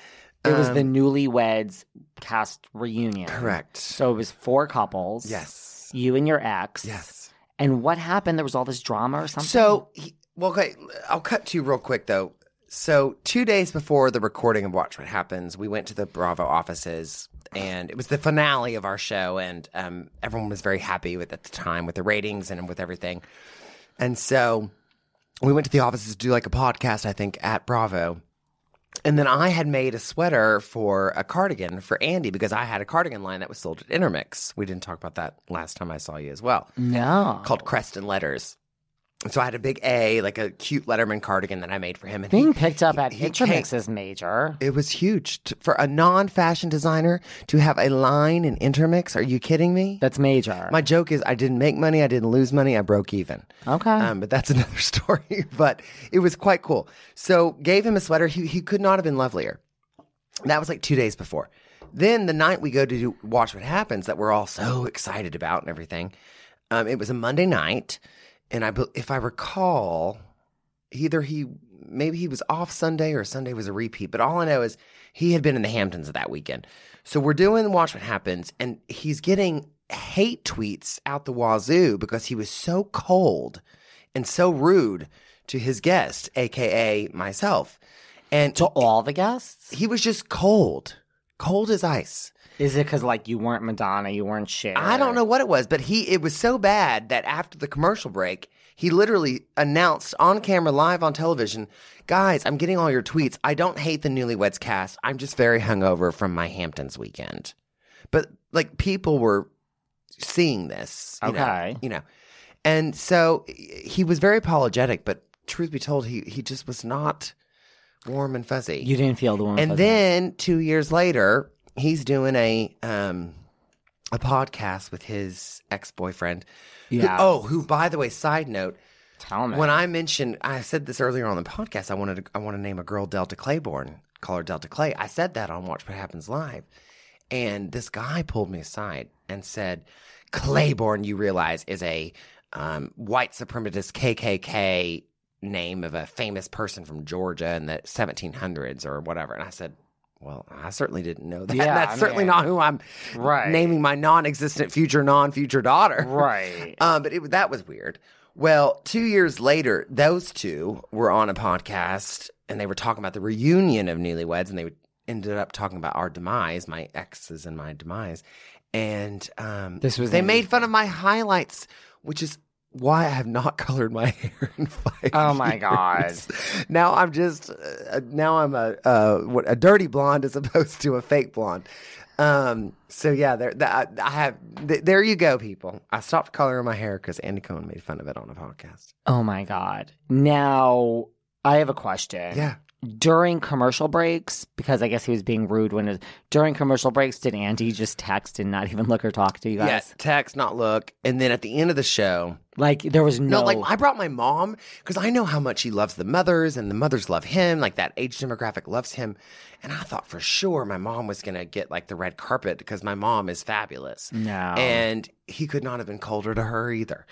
[SPEAKER 1] It was the newlyweds cast reunion.
[SPEAKER 2] Correct.
[SPEAKER 1] So it was four couples.
[SPEAKER 2] yes.
[SPEAKER 1] You and your ex.
[SPEAKER 2] Yes.
[SPEAKER 1] And what happened? There was all this drama or something.
[SPEAKER 2] So, he, well, okay, I'll cut to you real quick though. So, two days before the recording of Watch What Happens, we went to the Bravo offices, and it was the finale of our show, and um, everyone was very happy with at the time with the ratings and with everything. And so, we went to the offices to do like a podcast, I think, at Bravo. And then I had made a sweater for a cardigan for Andy because I had a cardigan line that was sold at Intermix. We didn't talk about that last time I saw you as well
[SPEAKER 1] no.
[SPEAKER 2] called Crest and Letters. And So I had a big A, like a cute Letterman cardigan that I made for him. And
[SPEAKER 1] Being
[SPEAKER 2] he-
[SPEAKER 1] picked up at
[SPEAKER 2] he
[SPEAKER 1] Intermix is major.
[SPEAKER 2] it was huge T- for a non-fashion designer to have a line in Intermix. Are you kidding me?
[SPEAKER 1] That's major.
[SPEAKER 2] My joke is I didn't make money, I didn't lose money, I broke even.
[SPEAKER 1] Okay.
[SPEAKER 2] Um, but that's another story. But it was quite cool. So gave him a sweater. He he could not have been lovelier. That was like two days before. Then the night we go to do watch what happens that we're all so excited about and everything. Um, it was a Monday night, and I bel- if I recall, either he maybe he was off Sunday or Sunday was a repeat, but all I know is he had been in the Hamptons that weekend. So we're doing Watch What Happens, and he's getting hate tweets out the wazoo because he was so cold and so rude to his guest, aka myself. And
[SPEAKER 1] to all the guests.
[SPEAKER 2] he was just cold, cold as ice.
[SPEAKER 1] Is it because like you weren't Madonna, you weren't Cher?
[SPEAKER 2] I don't know what it was, but he it was so bad that after the commercial break, he literally announced on camera live on television, "Guys, I'm getting all your tweets. I don't hate the Newlyweds cast. I'm just very hungover from my Hamptons weekend." But like people were seeing this, you know,
[SPEAKER 1] Okay.
[SPEAKER 2] you know. And so he was very apologetic, but truth be told, he he just was not warm and fuzzy.
[SPEAKER 1] You didn't feel the one.
[SPEAKER 2] And then two years later, he's doing a um a podcast with his ex boyfriend.
[SPEAKER 1] Yeah.
[SPEAKER 2] oh, who by the way, side note,
[SPEAKER 1] tell me
[SPEAKER 2] when I mentioned I said this earlier on the podcast, I wanted to I want to name a girl Delta Claiborne, call her Delta Clay. I said that on Watch What Happens Live. And this guy pulled me aside and said, Claiborne, you realize, is a um, white suprematist KKK name of a famous person from Georgia in the 1700s or whatever. And I said, Well, I certainly didn't know that.
[SPEAKER 1] Yeah,
[SPEAKER 2] that's
[SPEAKER 1] I
[SPEAKER 2] certainly
[SPEAKER 1] mean-
[SPEAKER 2] not who I'm
[SPEAKER 1] Right.
[SPEAKER 2] naming my non-existent future non-future daughter.
[SPEAKER 1] Right.
[SPEAKER 2] Um, but it, that was weird. Well, two years later, those two were on a podcast and they were talking about the reunion of newlyweds and they ended up talking about our demise, my exes and my demise. And um,
[SPEAKER 1] This was
[SPEAKER 2] they
[SPEAKER 1] in-
[SPEAKER 2] made fun of my highlights, which is why I have not colored my hair in five.
[SPEAKER 1] Oh my God.
[SPEAKER 2] years. Now I'm just uh, now I'm a uh, what a dirty blonde as opposed to a fake blonde. Um. So yeah, there that I have. Th- there you go, people. I stopped coloring my hair because Andy Cohen made fun of it on a podcast.
[SPEAKER 1] Oh my God. Now, I have a question.
[SPEAKER 2] Yeah.
[SPEAKER 1] During commercial breaks, because I guess he was being rude when it, during commercial breaks, did Andy just text and not even look or talk to you guys?
[SPEAKER 2] Yes. Text, not look. And then at the end of the show,
[SPEAKER 1] Like there was no,
[SPEAKER 2] No, like I brought my mom because I know how much he loves the mothers and the mothers love him. Like that age demographic loves him. And I thought for sure my mom was going to get like the red carpet because my mom is fabulous.
[SPEAKER 1] No.
[SPEAKER 2] And he could not have been colder to her either.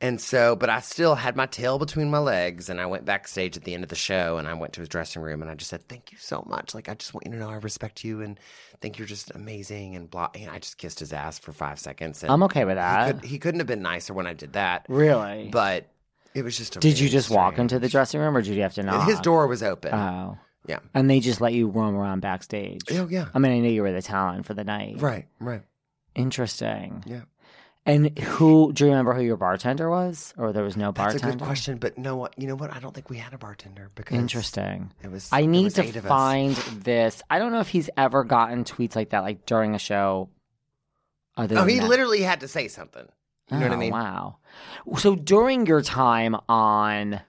[SPEAKER 2] And so, but I still had my tail between my legs and I went backstage at the end of the show and I went to his dressing room and I just said, Thank you so much. Like, I just want you to know I respect you and think you're just amazing. And blah. And I just kissed his ass for five seconds. And
[SPEAKER 1] I'm okay with
[SPEAKER 2] he,
[SPEAKER 1] that.
[SPEAKER 2] could, he couldn't have been nicer when I did that.
[SPEAKER 1] really?
[SPEAKER 2] But it was just. A
[SPEAKER 1] did you
[SPEAKER 2] really
[SPEAKER 1] just walk
[SPEAKER 2] strange-
[SPEAKER 1] into the dressing room, or did you have to knock?
[SPEAKER 2] His door was open.
[SPEAKER 1] Oh,
[SPEAKER 2] yeah.
[SPEAKER 1] and they just let you roam around backstage.
[SPEAKER 2] Oh yeah.
[SPEAKER 1] I mean, I knew you were the talent for the night.
[SPEAKER 2] Right. Right.
[SPEAKER 1] Interesting.
[SPEAKER 2] Yeah.
[SPEAKER 1] And who do you remember who your bartender was, or there was no
[SPEAKER 2] That's
[SPEAKER 1] bartender?
[SPEAKER 2] a good question, but no, what you know what? I don't think we had a bartender because
[SPEAKER 1] Interesting.
[SPEAKER 2] It was.
[SPEAKER 1] I
[SPEAKER 2] there
[SPEAKER 1] need
[SPEAKER 2] was
[SPEAKER 1] to
[SPEAKER 2] eight of us.
[SPEAKER 1] find this. I don't know if he's ever gotten tweets like that, like during a show. Other
[SPEAKER 2] Oh,
[SPEAKER 1] than
[SPEAKER 2] he
[SPEAKER 1] that.
[SPEAKER 2] literally had to say something. You know what I
[SPEAKER 1] Oh,
[SPEAKER 2] mean?
[SPEAKER 1] Wow. So during your time on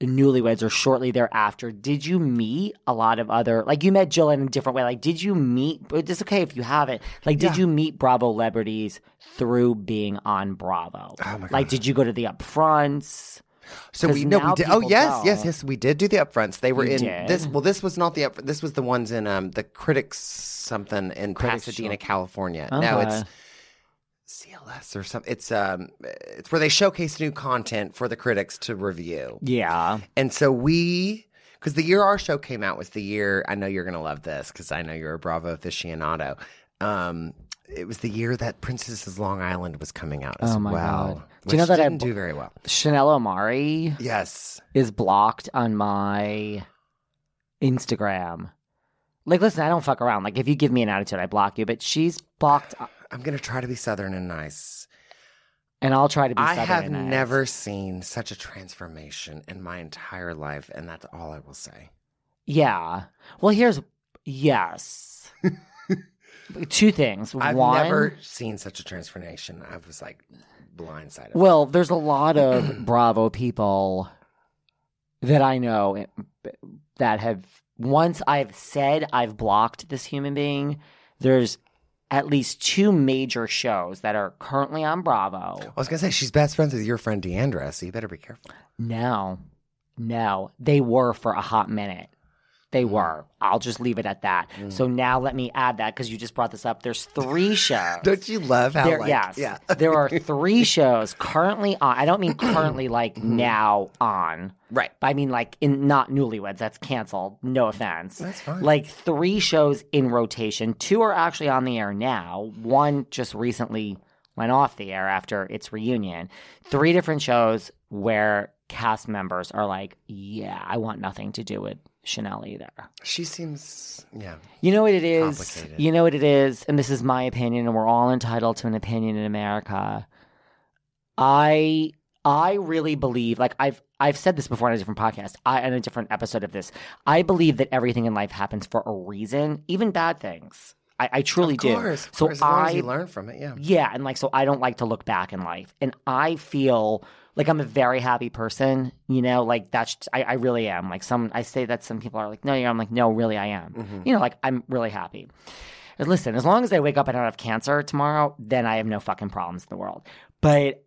[SPEAKER 1] Newlyweds or shortly thereafter, did you meet a lot of other like you met Jill in a different way? Like, did you meet? It's okay if you haven't. Like, did
[SPEAKER 2] Yeah.
[SPEAKER 1] you meet Bravo celebrities through being on Bravo?
[SPEAKER 2] Oh, my
[SPEAKER 1] Like,
[SPEAKER 2] God.
[SPEAKER 1] did you go to the upfronts?
[SPEAKER 2] So
[SPEAKER 1] 'Cause
[SPEAKER 2] we no,
[SPEAKER 1] now
[SPEAKER 2] we did. Oh
[SPEAKER 1] people
[SPEAKER 2] yes, yes,
[SPEAKER 1] don't.
[SPEAKER 2] yes, we did do the upfronts. They were
[SPEAKER 1] You
[SPEAKER 2] in
[SPEAKER 1] did.
[SPEAKER 2] this. Well, this was not the up. This was the ones in um the critics something in
[SPEAKER 1] Critics Oh,
[SPEAKER 2] Pasadena,
[SPEAKER 1] show.
[SPEAKER 2] California. Now
[SPEAKER 1] Okay.
[SPEAKER 2] it's CLS or something. It's um it's where they showcase new content for the critics to review.
[SPEAKER 1] yeah.
[SPEAKER 2] And so we, because the year our show came out was the year, I know you're going to love this because I know you're a Bravo aficionado. Um, it was the year that Princess of Long Island was coming out as
[SPEAKER 1] Oh my
[SPEAKER 2] well.
[SPEAKER 1] God. Do you know
[SPEAKER 2] which
[SPEAKER 1] that I
[SPEAKER 2] didn't
[SPEAKER 1] bu-
[SPEAKER 2] do very well?
[SPEAKER 1] Chanel Omari
[SPEAKER 2] Yes.
[SPEAKER 1] is blocked on my Instagram. Like, listen, I don't fuck around. Like, if you give me an attitude, I block you. But she's blocked,
[SPEAKER 2] I'm going to try to be Southern and nice.
[SPEAKER 1] and I'll try to be.
[SPEAKER 2] I
[SPEAKER 1] Southern
[SPEAKER 2] have
[SPEAKER 1] and nice.
[SPEAKER 2] never seen such a transformation in my entire life, and that's all I will say.
[SPEAKER 1] Yeah. Well, here's yes. Two things.
[SPEAKER 2] I've
[SPEAKER 1] One.
[SPEAKER 2] never seen such a transformation. I was like blindsided.
[SPEAKER 1] Well, there's a lot of Bravo people that I know that have once I've said I've blocked this human being. There's at least two major shows that are currently on Bravo.
[SPEAKER 2] I was going to say, she's best friends with your friend Deandra, so you better be careful.
[SPEAKER 1] No, no, they were for a hot minute.
[SPEAKER 2] Mm.
[SPEAKER 1] They were. I'll just leave it at that. So now let me add that because you just brought this up. There's three shows.
[SPEAKER 2] Don't you love how
[SPEAKER 1] There,
[SPEAKER 2] like,
[SPEAKER 1] yes.
[SPEAKER 2] yeah.
[SPEAKER 1] there are three shows currently on. I don't mean currently like now on.
[SPEAKER 2] Mm-hmm. Right.
[SPEAKER 1] But I mean like in not newlyweds. That's canceled. No offense.
[SPEAKER 2] That's fine.
[SPEAKER 1] Like three shows in rotation. Two are actually on the air now. One just recently went off the air after its reunion. Three different shows where cast members are like, yeah, I want nothing to do with Chanel either.
[SPEAKER 2] She seems, yeah.
[SPEAKER 1] You know what it is?
[SPEAKER 2] Complicated.
[SPEAKER 1] You know what it is? And this is my opinion, and we're all entitled to an opinion in America. I I really believe, like I've I've said this before on a different podcast, I on a different episode of this. I believe that everything in life happens for a reason, even bad things. I, I truly
[SPEAKER 2] of course,
[SPEAKER 1] do.
[SPEAKER 2] Of course, as long as you learn from it, yeah.
[SPEAKER 1] Yeah, and like so I don't like to look back in life. And I feel like I'm a very happy person, you know, like that's I, I really am. Like some I say that some people are like, No, you're I'm like, no, really I am. You know, like I'm really happy. And listen, as long as I wake up and I don't have cancer tomorrow, then I have no fucking problems in the world. But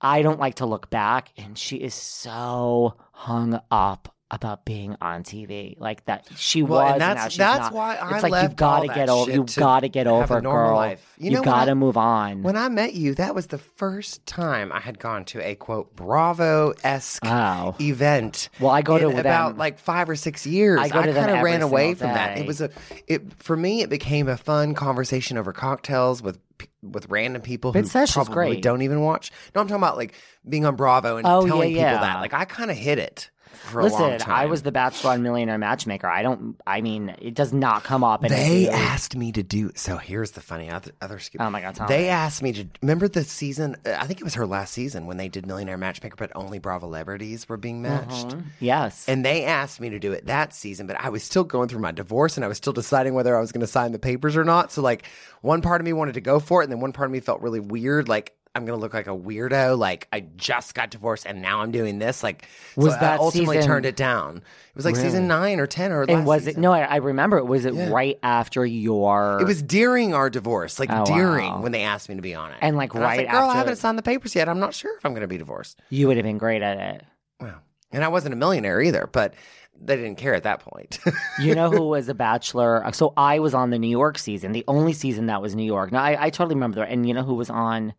[SPEAKER 1] I don't like to look back and she is so hung up about being on TV. Like that she
[SPEAKER 2] Well,
[SPEAKER 1] was
[SPEAKER 2] and
[SPEAKER 1] and
[SPEAKER 2] that's-
[SPEAKER 1] now she's
[SPEAKER 2] that's
[SPEAKER 1] not.
[SPEAKER 2] why I
[SPEAKER 1] It's like
[SPEAKER 2] left
[SPEAKER 1] you've got
[SPEAKER 2] all
[SPEAKER 1] to
[SPEAKER 2] that
[SPEAKER 1] get over
[SPEAKER 2] shit
[SPEAKER 1] you've
[SPEAKER 2] to
[SPEAKER 1] got to get
[SPEAKER 2] have a
[SPEAKER 1] over it,
[SPEAKER 2] normal
[SPEAKER 1] girl.
[SPEAKER 2] life. You
[SPEAKER 1] You
[SPEAKER 2] know
[SPEAKER 1] have
[SPEAKER 2] when
[SPEAKER 1] got
[SPEAKER 2] I-
[SPEAKER 1] to move on.
[SPEAKER 2] When I met you, that was the first time I had gone to a quote Bravo esque
[SPEAKER 1] Oh.
[SPEAKER 2] event.
[SPEAKER 1] Well, I go
[SPEAKER 2] in
[SPEAKER 1] to them-
[SPEAKER 2] about like five or six years.
[SPEAKER 1] I go to them
[SPEAKER 2] kind of
[SPEAKER 1] every
[SPEAKER 2] ran away
[SPEAKER 1] single
[SPEAKER 2] from that. It
[SPEAKER 1] day.
[SPEAKER 2] was a it for me. It became a fun conversation over cocktails with p- with random people
[SPEAKER 1] But
[SPEAKER 2] who
[SPEAKER 1] Sesh is
[SPEAKER 2] probably
[SPEAKER 1] great.
[SPEAKER 2] don't even watch. No, I'm talking about like being on Bravo and
[SPEAKER 1] Oh, yeah,
[SPEAKER 2] telling people
[SPEAKER 1] yeah.
[SPEAKER 2] that. Like I kind of hit it for a long
[SPEAKER 1] Listen,
[SPEAKER 2] time.
[SPEAKER 1] I was the Bachelor and Millionaire matchmaker. I don't. I mean, it does not come up. in a
[SPEAKER 2] They
[SPEAKER 1] daily-
[SPEAKER 2] asked me to do. So here's the funny other, other scoop.
[SPEAKER 1] Oh my God, tell
[SPEAKER 2] They
[SPEAKER 1] me.
[SPEAKER 2] asked me to remember the season. uh, I think it was her last season when they did Millionaire Matchmaker, but only Bravo celebrities were being matched.
[SPEAKER 1] Uh-huh. Mm-hmm. Yes.
[SPEAKER 2] And they asked me to do it that season, but I was still going through my divorce and I was still deciding whether I was going to sign the papers or not. So like, one part of me wanted to go for it, and then one part of me felt really weird, like. I'm gonna look like a weirdo. Like I just got divorced, and now I'm doing this. Like
[SPEAKER 1] Was
[SPEAKER 2] so I
[SPEAKER 1] that
[SPEAKER 2] ultimately
[SPEAKER 1] season-
[SPEAKER 2] turned it down. It was like season nine or ten or.
[SPEAKER 1] and
[SPEAKER 2] last
[SPEAKER 1] was
[SPEAKER 2] season.
[SPEAKER 1] it? No, I, I remember. it. Was it right after your?
[SPEAKER 2] It was during our divorce, like
[SPEAKER 1] Oh,
[SPEAKER 2] during
[SPEAKER 1] wow.
[SPEAKER 2] when they asked me to be on it,
[SPEAKER 1] And, like,
[SPEAKER 2] I was
[SPEAKER 1] right
[SPEAKER 2] Girl, I
[SPEAKER 1] after-
[SPEAKER 2] haven't signed the papers yet. I'm not sure if I'm going to be divorced.
[SPEAKER 1] You would have been great at it.
[SPEAKER 2] Wow. And I wasn't a millionaire either, but they didn't care at that point.
[SPEAKER 1] You know who was a bachelor? So I was on the New York season, the only season that was New York. Now I, I totally remember that. And you know who was on?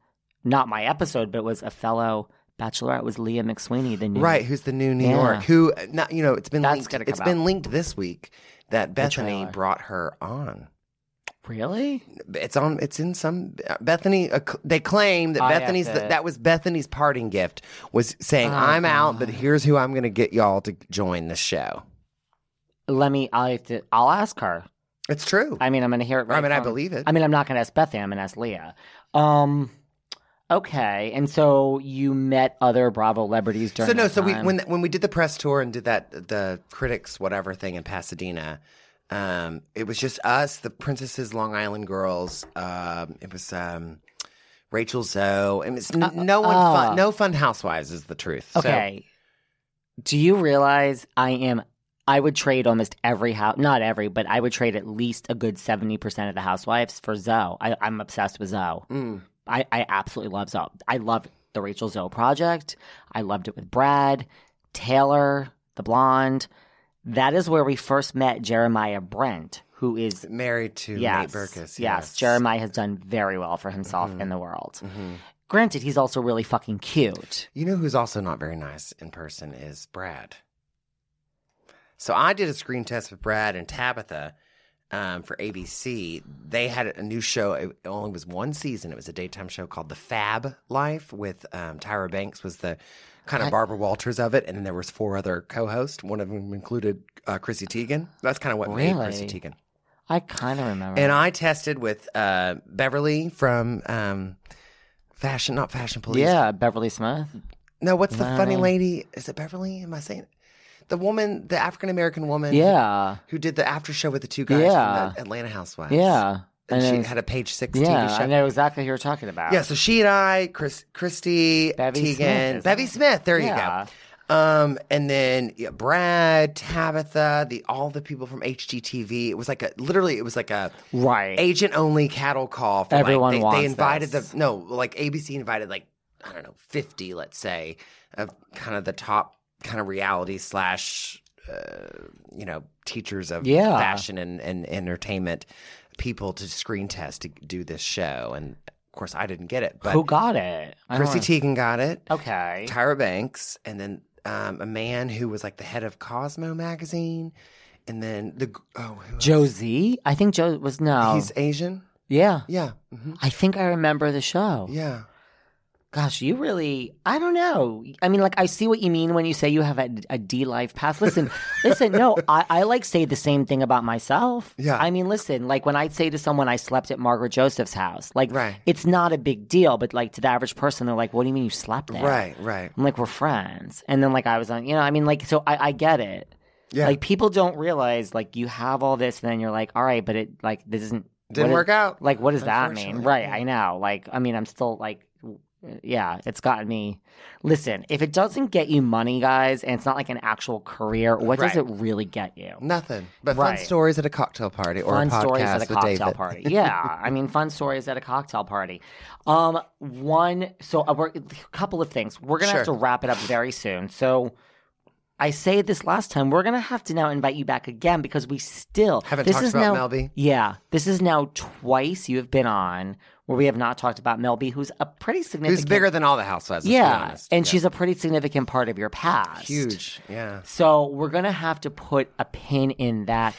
[SPEAKER 1] Not my episode, but was a fellow bachelorette. Was Leah McSweeney the new
[SPEAKER 2] right? Who's the new New
[SPEAKER 1] Yeah.
[SPEAKER 2] York? Who? Not you know. It's been
[SPEAKER 1] That's
[SPEAKER 2] linked.
[SPEAKER 1] gonna
[SPEAKER 2] It's
[SPEAKER 1] come
[SPEAKER 2] been
[SPEAKER 1] out.
[SPEAKER 2] linked this week that Bethany
[SPEAKER 1] trailer.
[SPEAKER 2] brought her on.
[SPEAKER 1] Really?
[SPEAKER 2] It's on. It's in some Bethany. Uh, cl- they claim that
[SPEAKER 1] I have
[SPEAKER 2] Bethany's
[SPEAKER 1] to-
[SPEAKER 2] that was Bethany's parting gift was saying,
[SPEAKER 1] Oh,
[SPEAKER 2] "I'm out, but here's who I'm going to get y'all to join the show."
[SPEAKER 1] Let me. I have to. I'll ask her.
[SPEAKER 2] It's true.
[SPEAKER 1] I mean, I'm going to hear it. Right
[SPEAKER 2] I mean, I
[SPEAKER 1] from-
[SPEAKER 2] believe it.
[SPEAKER 1] I mean, I'm not going to ask Bethany. I'm going to ask Leah. Um, okay. And so you met other Bravo celebrities during.
[SPEAKER 2] So no,
[SPEAKER 1] that
[SPEAKER 2] so we
[SPEAKER 1] time.
[SPEAKER 2] when when we did the press tour and did that the critics whatever thing in Pasadena, um, it was just us, the Princesses, Long Island girls. Um, it was um, Rachel Zoe, and it's n- no one
[SPEAKER 1] uh.
[SPEAKER 2] fun, no fun housewives is the truth. So-
[SPEAKER 1] Okay. Do you realize I am? I would trade almost every house, not every, but I would trade at least a good 70% of the housewives for Zoe. I, I'm obsessed with Zoe.
[SPEAKER 2] Mm.
[SPEAKER 1] I, I absolutely love Zoe. I love the Rachel Zoe project. I loved it with Brad, Taylor, the blonde. That is where we first met Jeremiah Brent, who is
[SPEAKER 2] married to
[SPEAKER 1] yes,
[SPEAKER 2] Nate Berkus.
[SPEAKER 1] yes, Jeremiah has done very well for himself in the world.
[SPEAKER 2] Mm-hmm.
[SPEAKER 1] Granted, he's also really fucking cute.
[SPEAKER 2] You know who's also not very nice in person is Brad. So I did a screen test with Brad and Tabitha um, for ABC. They had a new show. It only was one season. It was a daytime show called The Fab Life with um, Tyra Banks was the kind of Barbara Walters of it, and then there was four other co-hosts. One of them included uh, Chrissy Teigen. That's kind of what made Chrissy
[SPEAKER 1] Really?
[SPEAKER 2] Teigen.
[SPEAKER 1] I kind of remember.
[SPEAKER 2] And I tested with uh, Beverly from um, Fashion, not Fashion Police.
[SPEAKER 1] Yeah, Beverly Smith.
[SPEAKER 2] No, what's the funny
[SPEAKER 1] Right.
[SPEAKER 2] lady? Is it Beverly? Am I saying the woman, the African American woman?
[SPEAKER 1] Yeah.
[SPEAKER 2] Who did the after show with the two guys
[SPEAKER 1] Yeah.
[SPEAKER 2] from the Atlanta Housewives?
[SPEAKER 1] Yeah.
[SPEAKER 2] And,
[SPEAKER 1] it
[SPEAKER 2] she
[SPEAKER 1] was-
[SPEAKER 2] had a page six
[SPEAKER 1] yeah,
[SPEAKER 2] TV show.
[SPEAKER 1] I know exactly who you're talking about.
[SPEAKER 2] Yeah, so she and I, Chris, Christy,
[SPEAKER 1] Bevy
[SPEAKER 2] Tegan,
[SPEAKER 1] Smith, isn't
[SPEAKER 2] Bevy
[SPEAKER 1] it?
[SPEAKER 2] Smith. There
[SPEAKER 1] Yeah.
[SPEAKER 2] you go. Um, and then yeah, Brad, Tabitha, the all the people from HGTV. It was like a literally, it was like a
[SPEAKER 1] Right.
[SPEAKER 2] agent only cattle call. For
[SPEAKER 1] Everyone
[SPEAKER 2] like, they,
[SPEAKER 1] wants
[SPEAKER 2] they invited
[SPEAKER 1] this.
[SPEAKER 2] the no, like ABC invited like I don't know fifty, let's say, of kind of the top kind of reality slash, uh, you know, teachers of
[SPEAKER 1] Yeah.
[SPEAKER 2] fashion and, and entertainment people to screen test to do this show. And of course, I didn't get it, but
[SPEAKER 1] who got it? I don't
[SPEAKER 2] Chrissy Teigen got it.
[SPEAKER 1] wanna- Okay.
[SPEAKER 2] Tyra Banks, and then um, a man who was like the head of Cosmo magazine, and then the oh, who else?
[SPEAKER 1] Josie? I think Joe was no.
[SPEAKER 2] He's Asian.
[SPEAKER 1] yeah.
[SPEAKER 2] Yeah. hmm
[SPEAKER 1] I think I remember the show.
[SPEAKER 2] Yeah.
[SPEAKER 1] Gosh, you really, I don't know. I mean, like, I see what you mean when you say you have a, a D life path. Listen, listen, no, I, I like say the same thing about myself.
[SPEAKER 2] Yeah.
[SPEAKER 1] I mean, listen, like when I say to someone I slept at Margaret Joseph's house, like,
[SPEAKER 2] Right.
[SPEAKER 1] it's not a big deal, but like to the average person, they're like, what do you mean you slept there?
[SPEAKER 2] Right, right.
[SPEAKER 1] I'm like, we're friends. And then like I was on, you know, I mean, like, so I, I get it.
[SPEAKER 2] Yeah.
[SPEAKER 1] Like people don't realize like you have all this, and then you're like, all right, but it like this isn't
[SPEAKER 2] Didn't
[SPEAKER 1] what
[SPEAKER 2] work
[SPEAKER 1] is-
[SPEAKER 2] out,
[SPEAKER 1] Like, what does that mean?
[SPEAKER 2] unfortunately.
[SPEAKER 1] Right?
[SPEAKER 2] Yeah.
[SPEAKER 1] I know. Like, I mean, I'm still like, w- yeah, it's gotten me. Listen, if it doesn't get you money, guys, and it's not like an actual career, what does
[SPEAKER 2] Right.
[SPEAKER 1] it really get you?
[SPEAKER 2] Nothing but
[SPEAKER 1] Right.
[SPEAKER 2] fun stories at a cocktail party or
[SPEAKER 1] fun
[SPEAKER 2] a podcast
[SPEAKER 1] stories at a
[SPEAKER 2] with
[SPEAKER 1] cocktail
[SPEAKER 2] David.
[SPEAKER 1] party. Yeah, I mean, fun stories at a cocktail party. Um, one. So uh, we're, a couple of things. We're gonna have to
[SPEAKER 2] Sure.
[SPEAKER 1] wrap it up very soon. So I say this last time, we're gonna have to now invite you back again because we still
[SPEAKER 2] Haven't
[SPEAKER 1] this
[SPEAKER 2] talked
[SPEAKER 1] is
[SPEAKER 2] about
[SPEAKER 1] now,
[SPEAKER 2] Mel B.
[SPEAKER 1] Yeah, this is now twice you have been on where we have not talked about Mel B, who's a pretty significant.
[SPEAKER 2] Who's bigger than all the housewives? let's be
[SPEAKER 1] Yeah,
[SPEAKER 2] honest.
[SPEAKER 1] and she's a pretty significant part of your past.
[SPEAKER 2] huge. Yeah.
[SPEAKER 1] So we're gonna have to put a pin in that.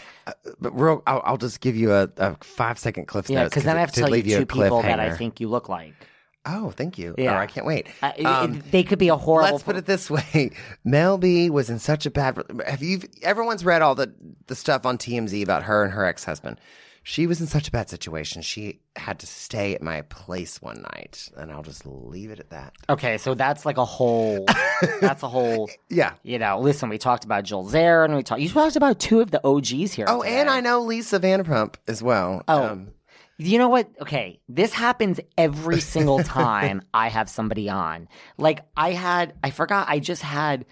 [SPEAKER 2] But real, I'll, I'll just give you a, a five second cliff
[SPEAKER 1] Yeah,
[SPEAKER 2] note.
[SPEAKER 1] because then I have to tell you two people that I
[SPEAKER 2] cliffhanger.
[SPEAKER 1] think you look like.
[SPEAKER 2] Oh, thank you.
[SPEAKER 1] Yeah.
[SPEAKER 2] Oh, I can't wait.
[SPEAKER 1] Uh, it-
[SPEAKER 2] Um,
[SPEAKER 1] it- they could be a horrible.
[SPEAKER 2] Let's put it this way: Mel B was in such a bad. Have you? Everyone's read all the the stuff on TMZ about her and her ex husband. She was in such a bad situation. She had to stay at my place one night, and I'll just leave it at that.
[SPEAKER 1] Okay, so that's like a whole. that's a whole.
[SPEAKER 2] Yeah.
[SPEAKER 1] You know, listen, we talked about Joel Zare and we talked. You talked about two of the OGs here.
[SPEAKER 2] Oh, and
[SPEAKER 1] today.
[SPEAKER 2] I know Lisa Vanderpump as well.
[SPEAKER 1] Oh.
[SPEAKER 2] Um,
[SPEAKER 1] You know what? Okay, this happens every single time I have somebody on. Like I had, I forgot. I just had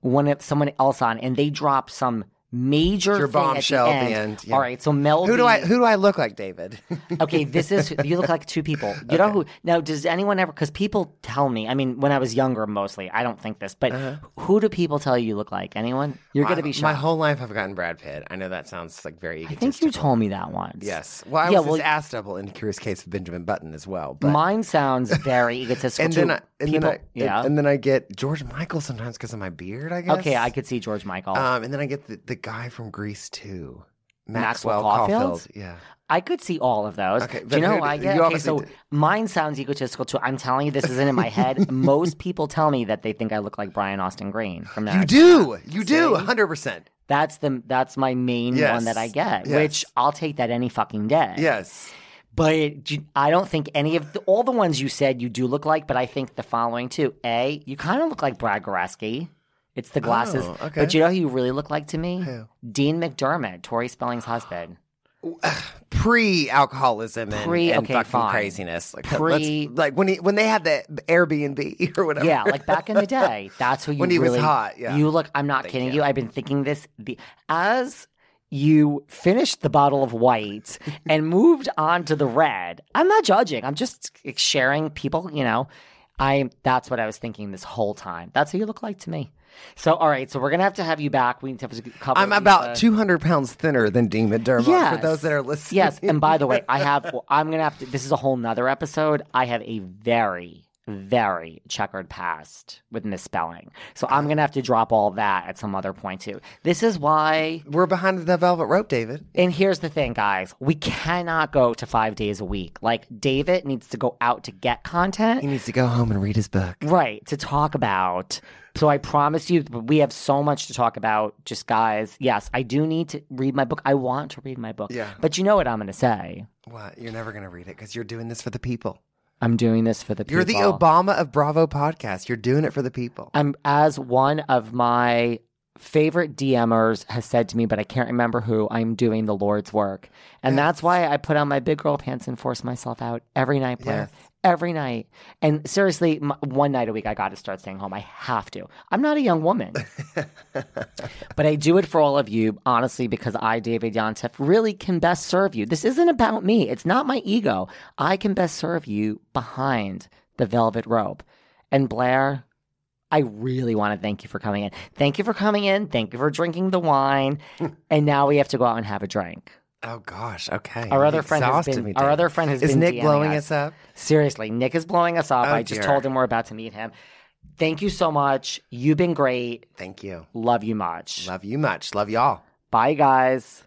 [SPEAKER 1] one of someone else on, and they dropped some major
[SPEAKER 2] Your
[SPEAKER 1] thing
[SPEAKER 2] bombshell
[SPEAKER 1] At
[SPEAKER 2] at
[SPEAKER 1] the end.
[SPEAKER 2] the end, yeah.
[SPEAKER 1] All right, so Mel.
[SPEAKER 2] who do
[SPEAKER 1] B-
[SPEAKER 2] I? Who do I look like, David?
[SPEAKER 1] okay, this is you look like two people. You know who? Now, does anyone ever? Because people tell me. I mean, when I was younger, mostly. I don't think this, but who do people tell you you look like? Anyone? You're gonna be
[SPEAKER 2] I-
[SPEAKER 1] shocked.
[SPEAKER 2] Uh-huh. My whole life, I've gotten Brad Pitt. I know that sounds like very.
[SPEAKER 1] I
[SPEAKER 2] Egotistical.
[SPEAKER 1] think you told me that once.
[SPEAKER 2] Yes. Well, I
[SPEAKER 1] Yeah,
[SPEAKER 2] was
[SPEAKER 1] well-
[SPEAKER 2] his ass double in Curious Case of Benjamin Button as well. But
[SPEAKER 1] Mine sounds very egotistical.
[SPEAKER 2] and then
[SPEAKER 1] too.
[SPEAKER 2] I, and
[SPEAKER 1] people,
[SPEAKER 2] then I,
[SPEAKER 1] yeah.
[SPEAKER 2] and, then I get George Michael sometimes because of my beard. I guess.
[SPEAKER 1] okay, I could see George Michael.
[SPEAKER 2] Um, and then I get the, the guy from Greece too,
[SPEAKER 1] Maxwell
[SPEAKER 2] Maxwell,
[SPEAKER 1] Caulfield?
[SPEAKER 2] Caulfield? Yeah.
[SPEAKER 1] I could see all of those.
[SPEAKER 2] Okay,
[SPEAKER 1] do
[SPEAKER 2] but
[SPEAKER 1] you know
[SPEAKER 2] who-
[SPEAKER 1] who I get?
[SPEAKER 2] you
[SPEAKER 1] Okay,
[SPEAKER 2] obviously
[SPEAKER 1] so
[SPEAKER 2] d-
[SPEAKER 1] mine sounds egotistical too. I'm telling you, this isn't in my head. Most people tell me that they think I look like Brian Austin Green from that.
[SPEAKER 2] You do. You do. Hundred percent.
[SPEAKER 1] That's the that's my main one
[SPEAKER 2] Yes.
[SPEAKER 1] that I get,
[SPEAKER 2] Yes.
[SPEAKER 1] which I'll take that any fucking day.
[SPEAKER 2] Yes.
[SPEAKER 1] but you- I don't think any of the, all the ones you said you do look like. But I think the following two: a, you kind of look like Brad Goreski. It's the glasses.
[SPEAKER 2] Oh, okay.
[SPEAKER 1] But you know who you really look like to me?
[SPEAKER 2] Who?
[SPEAKER 1] Dean McDermott, Tori Spelling's husband.
[SPEAKER 2] Pre-alcoholism and,
[SPEAKER 1] Pre-
[SPEAKER 2] and
[SPEAKER 1] okay,
[SPEAKER 2] fucking
[SPEAKER 1] fine.
[SPEAKER 2] craziness. Like,
[SPEAKER 1] Pre-
[SPEAKER 2] let's, like when he when they had the Airbnb or whatever.
[SPEAKER 1] Yeah, like back in the day, that's who you
[SPEAKER 2] When he was
[SPEAKER 1] really-
[SPEAKER 2] hot, yeah.
[SPEAKER 1] You look. I'm not
[SPEAKER 2] Thank
[SPEAKER 1] kidding
[SPEAKER 2] you.
[SPEAKER 1] you. I've been thinking this the as you finished the bottle of white and moved on to the red. I'm not judging. I'm just sharing people. You know, I that's what I was thinking this whole time. That's who you look like to me. So all right, so we're gonna have to have you back. We need to have to cover.
[SPEAKER 2] I'm about
[SPEAKER 1] Lisa.
[SPEAKER 2] two hundred pounds thinner than Dean McDermott.
[SPEAKER 1] Yes.
[SPEAKER 2] For those that are listening.
[SPEAKER 1] Yes, and by the way, I have. well, I'm gonna have to. This is a whole nother episode. I have a very, very checkered past with misspelling, so I'm gonna have to drop all that at some other point too. This is why.
[SPEAKER 2] We're behind the velvet rope, David.
[SPEAKER 1] And here's the thing, guys. We cannot go to five days a week. Like David needs to go out to get content.
[SPEAKER 2] He needs to go home and read his book.
[SPEAKER 1] Right, to talk about. So I promise you, we have so much to talk about. Just guys, yes, I do need to read my book. I want to read my book.
[SPEAKER 2] Yeah.
[SPEAKER 1] But you know what I'm going to say?
[SPEAKER 2] What? You're never going to read it because you're doing this for the people.
[SPEAKER 1] I'm doing this for the people.
[SPEAKER 2] You're the Obama of Bravo podcast. You're doing it for the people.
[SPEAKER 1] I'm as one of my favorite DMers has said to me, but I can't remember who. I'm doing the Lord's work, and that's why I put on my big girl pants and force myself out every night, Blair. Every night, and seriously, m one night a week, I got to start staying home. I have to. I'm not a young woman, but I do it for all of you, honestly, because I, David Yontef, really can best serve you. This isn't about me. It's not my ego. I can best serve you behind the velvet rope. And Blair, I really want to thank you for coming in. Thank you for coming in. Thank you for drinking the wine. and now we have to go out and have a drink.
[SPEAKER 2] Oh gosh. Okay.
[SPEAKER 1] Our
[SPEAKER 2] You
[SPEAKER 1] other friend has
[SPEAKER 2] exhausted
[SPEAKER 1] been-
[SPEAKER 2] me,
[SPEAKER 1] our
[SPEAKER 2] Dave.
[SPEAKER 1] other friend has
[SPEAKER 2] Is
[SPEAKER 1] been
[SPEAKER 2] Nick
[SPEAKER 1] DMing
[SPEAKER 2] blowing
[SPEAKER 1] us.
[SPEAKER 2] us up?
[SPEAKER 1] Seriously, Nick is blowing us up.
[SPEAKER 2] Oh,
[SPEAKER 1] I just
[SPEAKER 2] dear.
[SPEAKER 1] told him we're about to meet him. Thank you so much. You've been great.
[SPEAKER 2] Thank you.
[SPEAKER 1] Love you much.
[SPEAKER 2] Love you much. Love y'all.
[SPEAKER 1] Bye, guys.